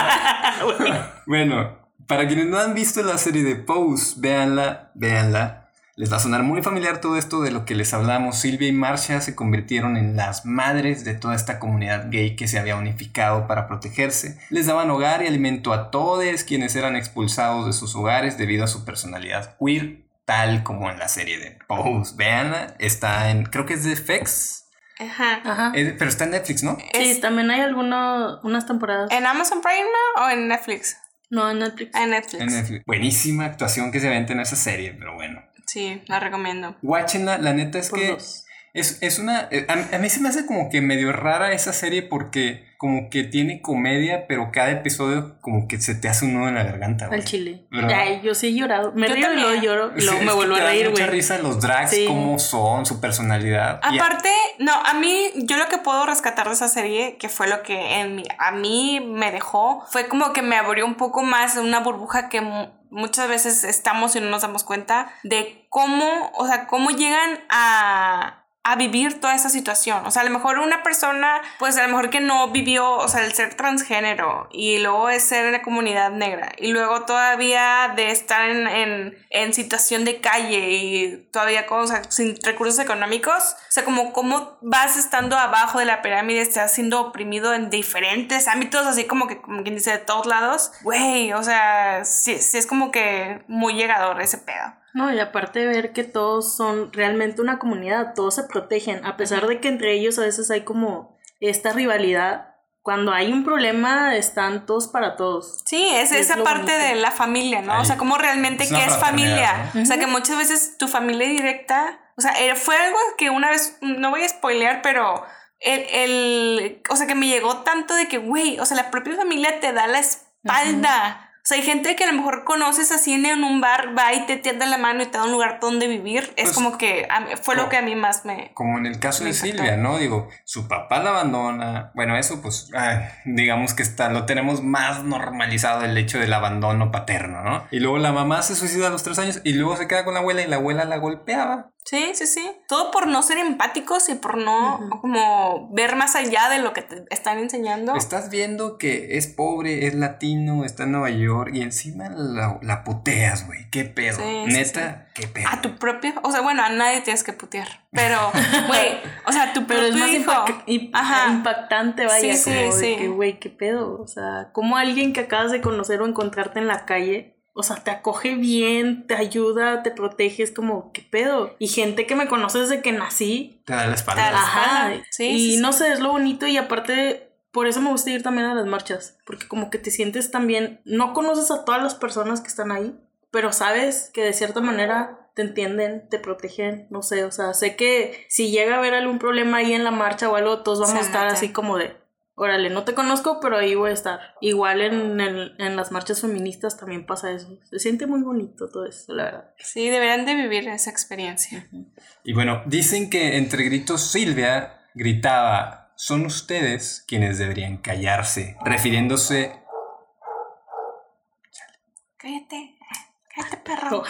[SPEAKER 2] <laughs> Bueno, para quienes no han visto la serie de Pose, véanla, véanla. Les va a sonar muy familiar todo esto de lo que les hablamos. Silvia y Marcia se convirtieron en las madres de toda esta comunidad gay que se había unificado para protegerse. Les daban hogar y alimento a todos quienes eran expulsados de sus hogares debido a su personalidad queer, tal como en la serie de Pose. Véanla, está en, creo que es de FX,
[SPEAKER 1] Ajá.
[SPEAKER 3] Ajá.
[SPEAKER 2] eh, pero está en Netflix, ¿no?
[SPEAKER 1] Es-
[SPEAKER 3] Sí, también hay algunas unas temporadas.
[SPEAKER 1] ¿En Amazon Prime no? o en Netflix?
[SPEAKER 3] No, en Netflix.
[SPEAKER 1] En Netflix.
[SPEAKER 2] En Netflix. Buenísima actuación que se vende en esa serie, pero bueno.
[SPEAKER 1] Sí, la recomiendo.
[SPEAKER 2] Guáchenla, la neta es
[SPEAKER 3] Por
[SPEAKER 2] que
[SPEAKER 3] dos.
[SPEAKER 2] es, es una... eh, A, a mí se me hace como que medio rara esa serie porque como que tiene comedia, pero cada episodio como que se te hace un nudo en la garganta. güey.
[SPEAKER 3] Al chile.
[SPEAKER 2] ¿Verdad?
[SPEAKER 3] Ay, yo sí he llorado. Me
[SPEAKER 1] Yo
[SPEAKER 3] río
[SPEAKER 1] también.
[SPEAKER 3] y luego lloro y
[SPEAKER 2] Sí,
[SPEAKER 3] luego
[SPEAKER 2] es que
[SPEAKER 3] me vuelvo
[SPEAKER 2] te
[SPEAKER 3] a
[SPEAKER 2] da
[SPEAKER 3] reír,
[SPEAKER 2] mucha
[SPEAKER 3] güey.
[SPEAKER 2] risa los drags,
[SPEAKER 3] Sí.
[SPEAKER 2] cómo son, su personalidad. Y a-
[SPEAKER 1] Aparte, no, a mí, yo lo que puedo rescatar de esa serie, que fue lo que en mi- a mí me dejó, fue como que me abrió un poco más una burbuja que mu- muchas veces estamos y no nos damos cuenta de cómo, o sea, cómo llegan a, a vivir toda esa situación. O sea, a lo mejor una persona, pues a lo mejor que no vivió, o sea, el ser transgénero y luego es ser en la comunidad negra y luego todavía de estar en, en, en situación de calle y todavía con, o sea, sin recursos económicos, o sea, como cómo vas estando abajo de la pirámide, estás siendo oprimido en diferentes ámbitos, así como que, como quien dice, de todos lados. Güey, o sea, sí, sí es como que muy llegador ese pedo.
[SPEAKER 3] No, y aparte de ver que todos son realmente una comunidad, todos se protegen, a pesar de que entre ellos a veces hay como esta rivalidad. Cuando hay un problema, están todos para todos.
[SPEAKER 1] Sí, es,
[SPEAKER 3] Y es
[SPEAKER 1] esa
[SPEAKER 3] lo
[SPEAKER 1] parte
[SPEAKER 3] bonito.
[SPEAKER 1] de la familia, ¿no?
[SPEAKER 2] Ahí.
[SPEAKER 1] O sea, como realmente
[SPEAKER 2] Es
[SPEAKER 1] que
[SPEAKER 2] una
[SPEAKER 1] es
[SPEAKER 2] fraternidad,
[SPEAKER 1] familia. O sea, que muchas veces tu familia directa, o sea, eh, fue algo que una vez, no voy a spoilear, pero el, el- o sea, que me llegó tanto de que, güey, o sea, la propia familia te da la espalda. O sea, hay gente que a lo mejor conoces así en en un bar, va y te tiende la mano y te da un lugar donde vivir. es
[SPEAKER 2] Pues,
[SPEAKER 1] como que a mí- fue
[SPEAKER 2] no.
[SPEAKER 1] lo que a mí más me...
[SPEAKER 2] Como en el caso de
[SPEAKER 1] Exacto.
[SPEAKER 2] Silvia, ¿no? Digo, su papá la abandona. Bueno, eso pues, ay, digamos que está, lo tenemos más normalizado el hecho del abandono paterno, ¿no? Y luego la mamá se suicida a los tres años y luego se queda con la abuela y la abuela la golpeaba.
[SPEAKER 1] Sí, sí, sí. Todo por no ser empáticos y por no
[SPEAKER 3] Ujú.
[SPEAKER 1] como ver más allá de lo que te están enseñando.
[SPEAKER 2] Estás viendo que es pobre, es latino, está en Nueva York y encima la, la puteas, güey. Qué pedo.
[SPEAKER 1] Sí, sí, Ah,
[SPEAKER 2] Neta, qué pedo.
[SPEAKER 1] A tu propio, o sea, bueno, a nadie tienes que putear,
[SPEAKER 3] <laughs>
[SPEAKER 1] pero, güey, o sea, tu
[SPEAKER 3] Pero
[SPEAKER 1] propio
[SPEAKER 3] es más
[SPEAKER 1] hijo.
[SPEAKER 3] impact- imp-
[SPEAKER 1] Ajá.
[SPEAKER 3] impactante, vaya.
[SPEAKER 1] Sí,
[SPEAKER 3] como
[SPEAKER 1] sí,
[SPEAKER 3] de
[SPEAKER 1] sí.
[SPEAKER 3] que, Güey, qué pedo. O sea, como alguien que acabas de conocer o encontrarte en la calle, o sea, te acoge bien, te ayuda, te protege, es como, qué pedo. Y gente que me conoce desde que nací.
[SPEAKER 2] Te da la espalda.
[SPEAKER 1] Te da la-
[SPEAKER 3] Ajá.
[SPEAKER 1] espalda. Sí,
[SPEAKER 3] y
[SPEAKER 1] sí, sí.
[SPEAKER 3] no sé, es lo bonito y aparte. Por eso me gusta ir también a las marchas, porque como que te sientes también, no conoces a todas las personas que están ahí, pero sabes que de cierta manera te entienden, te protegen, no sé, o sea, sé que si llega a haber algún problema ahí en la marcha o algo, todos vamos
[SPEAKER 1] Se
[SPEAKER 3] a estar
[SPEAKER 1] meten.
[SPEAKER 3] así como de, órale, no te conozco, pero ahí voy a estar. Igual en, el- en las marchas feministas también pasa eso, se siente muy bonito todo eso, la verdad.
[SPEAKER 1] Sí, deberían de vivir esa experiencia.
[SPEAKER 2] Y bueno, dicen que entre gritos Silvia gritaba, son ustedes quienes deberían callarse, refiriéndose
[SPEAKER 1] Cállate, cállate, perro.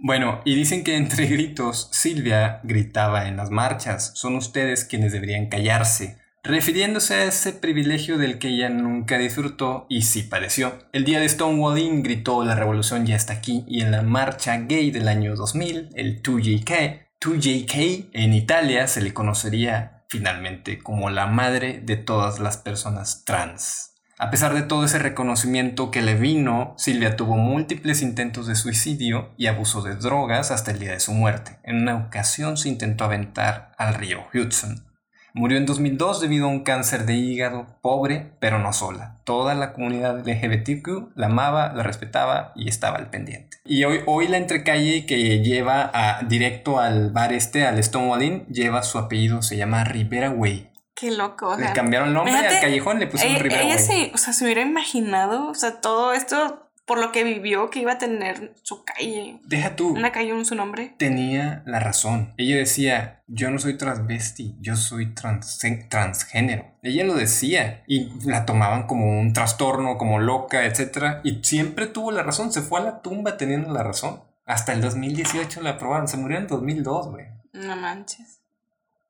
[SPEAKER 2] Bueno, y dicen que entre gritos Silvia gritaba en las marchas, son ustedes quienes deberían callarse, refiriéndose a ese privilegio del que ella nunca disfrutó y sí padeció. El día de Stonewall Inn gritó la revolución ya está aquí y en la marcha gay del año 2000, el 2JK, 2JK en Italia se le conocería finalmente como la madre de todas las personas trans. A pesar de todo ese reconocimiento que le vino, Silvia tuvo múltiples intentos de suicidio y abuso de drogas hasta el día de su muerte. En una ocasión se intentó aventar al río Hudson. Murió en 2002 debido a un cáncer de hígado, pobre, pero no sola. Toda la comunidad LGBTQ la amaba, la respetaba y estaba al pendiente. Y hoy, hoy la entrecalle que lleva a- directo al bar este, al Stonewall Inn, lleva su apellido, se llama Rivera Way.
[SPEAKER 1] Qué loco. O
[SPEAKER 2] Le
[SPEAKER 1] sea,
[SPEAKER 2] cambiaron el nombre al
[SPEAKER 1] Fíjate,
[SPEAKER 2] callejón, le pusieron
[SPEAKER 1] ella,
[SPEAKER 2] Rivera
[SPEAKER 1] ella
[SPEAKER 2] Güey.
[SPEAKER 1] se, o sea, se hubiera imaginado, o sea, todo esto por lo que vivió que iba a tener su calle.
[SPEAKER 2] Deja tú.
[SPEAKER 1] Una calle con su nombre.
[SPEAKER 2] Tenía la razón. Ella decía, yo no soy transvesti, yo soy trans- transgénero. Ella lo decía y la tomaban como un trastorno, como loca, etc. Y siempre tuvo la razón, se fue a la tumba teniendo la razón. Hasta el 2018 la aprobaron, se murió en 2002, güey.
[SPEAKER 1] No manches.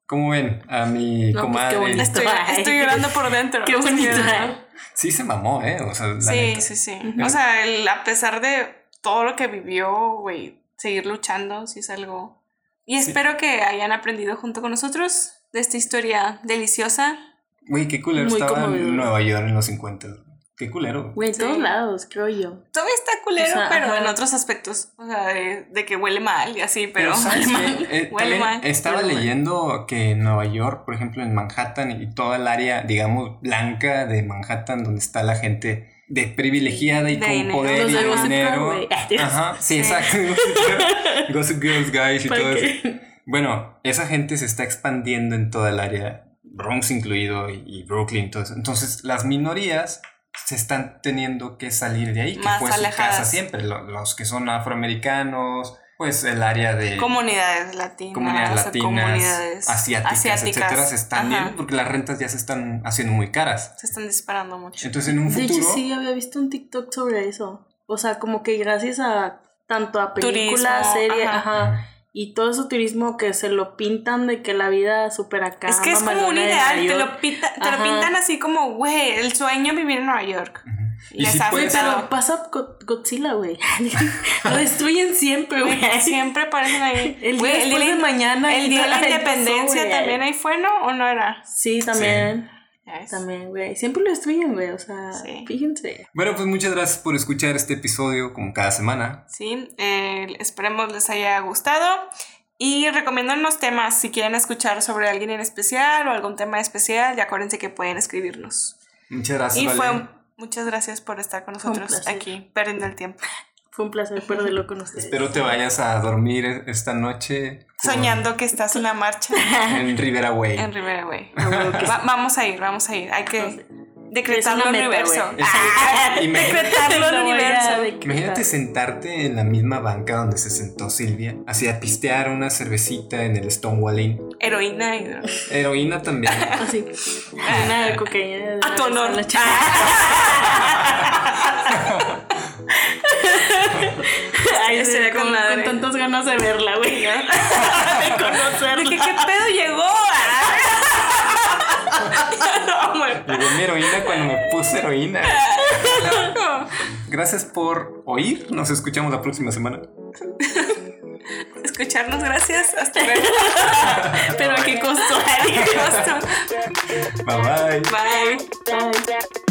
[SPEAKER 1] ¿Cómo
[SPEAKER 2] ¿Cómo ven? A mi
[SPEAKER 3] No, pues, qué
[SPEAKER 2] comadre.
[SPEAKER 3] bonito.
[SPEAKER 1] Estoy,
[SPEAKER 3] Ay.
[SPEAKER 1] estoy llorando por dentro.
[SPEAKER 3] <laughs> Qué
[SPEAKER 1] Estoy
[SPEAKER 3] bonito.
[SPEAKER 1] llorando.
[SPEAKER 3] ¿eh?
[SPEAKER 2] Sí se mamó, ¿eh? O sea, la
[SPEAKER 1] Sí,
[SPEAKER 2] neta.
[SPEAKER 1] sí, sí.
[SPEAKER 3] Ujú.
[SPEAKER 1] O sea, el- a pesar de todo lo que vivió, güey, seguir luchando, sí es algo. Y
[SPEAKER 2] Sí.
[SPEAKER 1] espero que hayan aprendido junto con nosotros de esta historia deliciosa.
[SPEAKER 2] Güey, qué culero
[SPEAKER 3] Muy
[SPEAKER 2] estaba
[SPEAKER 3] conmovedor.
[SPEAKER 2] en Nueva York en los 50. Qué culero.
[SPEAKER 3] Güey, en
[SPEAKER 1] Sí.
[SPEAKER 3] todos lados, creo yo.
[SPEAKER 1] Todavía está culero,
[SPEAKER 3] O sea,
[SPEAKER 1] pero
[SPEAKER 3] ajá.
[SPEAKER 1] en otros aspectos. O sea, de, de que huele mal y así, pero. <laughs>
[SPEAKER 2] ¿sabes qué?
[SPEAKER 3] mal,
[SPEAKER 2] Eh,
[SPEAKER 1] huele
[SPEAKER 2] también
[SPEAKER 1] mal,
[SPEAKER 2] Estaba
[SPEAKER 3] huele mal.
[SPEAKER 2] leyendo que en Nueva York, por ejemplo, en Manhattan y toda el área, digamos, blanca de Manhattan, donde está la gente de privilegiada y
[SPEAKER 1] De
[SPEAKER 2] con
[SPEAKER 1] dinero.
[SPEAKER 2] poder
[SPEAKER 1] Los
[SPEAKER 2] y
[SPEAKER 1] de
[SPEAKER 2] de
[SPEAKER 1] Gossip Girl,
[SPEAKER 2] dinero.
[SPEAKER 1] <laughs>
[SPEAKER 3] güey.
[SPEAKER 2] Ajá, sí,
[SPEAKER 1] Sí.
[SPEAKER 2] exacto.
[SPEAKER 1] <laughs>
[SPEAKER 2] Gossip Girls, guys y todo
[SPEAKER 3] ¿Para
[SPEAKER 2] eso.
[SPEAKER 3] qué?
[SPEAKER 2] Bueno, esa gente se está expandiendo en toda el área, Bronx incluido y, y Brooklyn, todo eso. Entonces, las minorías se están teniendo que salir de ahí, que
[SPEAKER 1] Más
[SPEAKER 2] fue
[SPEAKER 1] alejadas.
[SPEAKER 2] su casa siempre. Lo- los que son afroamericanos, pues el área de
[SPEAKER 1] Comunidades latinas.
[SPEAKER 2] comunidades
[SPEAKER 1] o sea,
[SPEAKER 2] latinas,
[SPEAKER 1] comunidades
[SPEAKER 2] asiáticas,
[SPEAKER 1] asiáticas,
[SPEAKER 2] etcétera, se están
[SPEAKER 1] ajá,
[SPEAKER 2] viendo porque las rentas ya se están haciendo muy caras.
[SPEAKER 1] Se están disparando mucho.
[SPEAKER 2] Entonces, en un
[SPEAKER 3] De hecho,
[SPEAKER 2] futuro,
[SPEAKER 3] sí, había visto un TikTok sobre eso. O sea, como que gracias a tanto a películas,
[SPEAKER 1] Turismo,
[SPEAKER 3] series,
[SPEAKER 1] ajá.
[SPEAKER 3] ajá. y todo ese turismo que se lo pintan de que la vida súper acá.
[SPEAKER 1] Es que es como
[SPEAKER 3] mamalona
[SPEAKER 1] un
[SPEAKER 3] de
[SPEAKER 1] ideal, te
[SPEAKER 3] Nueva
[SPEAKER 1] lo,
[SPEAKER 3] York.
[SPEAKER 1] pinta- te lo
[SPEAKER 3] Ajá.
[SPEAKER 1] pintan así como, güey, el sueño vivir en Nueva York.
[SPEAKER 2] Ujú. y
[SPEAKER 1] Les
[SPEAKER 2] si
[SPEAKER 1] hace-
[SPEAKER 3] Güey,
[SPEAKER 2] puedes,
[SPEAKER 1] pero-
[SPEAKER 3] pero pasa Go- Godzilla, güey. <laughs> lo destruyen
[SPEAKER 1] <laughs>
[SPEAKER 3] siempre, güey.
[SPEAKER 1] Güey, siempre aparecen ahí.
[SPEAKER 3] El día
[SPEAKER 1] Güey,
[SPEAKER 3] después de mañana.
[SPEAKER 1] el día de la
[SPEAKER 3] <laughs> Ay, pasó,
[SPEAKER 1] independencia
[SPEAKER 3] güey.
[SPEAKER 1] también ahí fue, ¿no? ¿O no era?
[SPEAKER 3] Sí, también.
[SPEAKER 1] Ya ves.
[SPEAKER 3] También, güey. Siempre lo destruyen, güey. O sea,
[SPEAKER 1] Sí.
[SPEAKER 3] fíjense.
[SPEAKER 2] Bueno, pues muchas gracias por escuchar este episodio como cada semana.
[SPEAKER 1] Sí, eh, esperemos les haya gustado. Y recomiendan los temas si quieren escuchar sobre alguien en especial o algún tema especial. Y acuérdense que pueden escribirnos.
[SPEAKER 2] Muchas gracias.
[SPEAKER 1] Y
[SPEAKER 2] Vale.
[SPEAKER 1] fue un- muchas gracias por estar con
[SPEAKER 3] Fue un
[SPEAKER 1] nosotros
[SPEAKER 3] placer.
[SPEAKER 1] aquí, perdiendo el tiempo.
[SPEAKER 3] Fue un placer perderlo con ustedes.
[SPEAKER 2] Espero te vayas a dormir e- esta noche. con-
[SPEAKER 1] Soñando que estás en la
[SPEAKER 3] <laughs>
[SPEAKER 1] marcha
[SPEAKER 2] En Rivera Way. <laughs>
[SPEAKER 1] en Rivera, güey.
[SPEAKER 3] A huevo que sí.
[SPEAKER 1] Va- vamos a ir, vamos a ir. Hay
[SPEAKER 3] <laughs>
[SPEAKER 1] que decretarlo
[SPEAKER 3] Es
[SPEAKER 1] al
[SPEAKER 3] una meta,
[SPEAKER 1] universo.
[SPEAKER 3] güey.
[SPEAKER 2] Es-
[SPEAKER 1] Ah,
[SPEAKER 2] imagínate-
[SPEAKER 1] decretarlo al
[SPEAKER 3] Lo voy a
[SPEAKER 1] universo.
[SPEAKER 3] decretar.
[SPEAKER 2] Imagínate sentarte en la misma banca donde se sentó Silvia, así a pistear una cervecita en el Stonewall Inn.
[SPEAKER 1] <laughs> Heroína y drogas.
[SPEAKER 2] Heroína también.
[SPEAKER 3] Así. Una de cocaína. de
[SPEAKER 1] A tu honor. <laughs>
[SPEAKER 3] la chava. Ay, yo
[SPEAKER 1] Estaría
[SPEAKER 3] sería con,
[SPEAKER 1] con madre.
[SPEAKER 3] con tantas ganas de verla, güey. <laughs> De
[SPEAKER 1] De que,
[SPEAKER 3] conocerla.
[SPEAKER 1] ¿qué pedo llegó? Ah. <laughs> no, güey.
[SPEAKER 2] Llegó mi heroína cuando me puse heroína.
[SPEAKER 1] No.
[SPEAKER 2] Gracias por oír. Nos escuchamos la próxima semana.
[SPEAKER 1] Escucharnos, gracias. Hasta <laughs> luego.
[SPEAKER 3] Pero a qué costo.
[SPEAKER 1] Qué gusto.
[SPEAKER 2] Bye bye.
[SPEAKER 1] Bye.
[SPEAKER 3] Ay.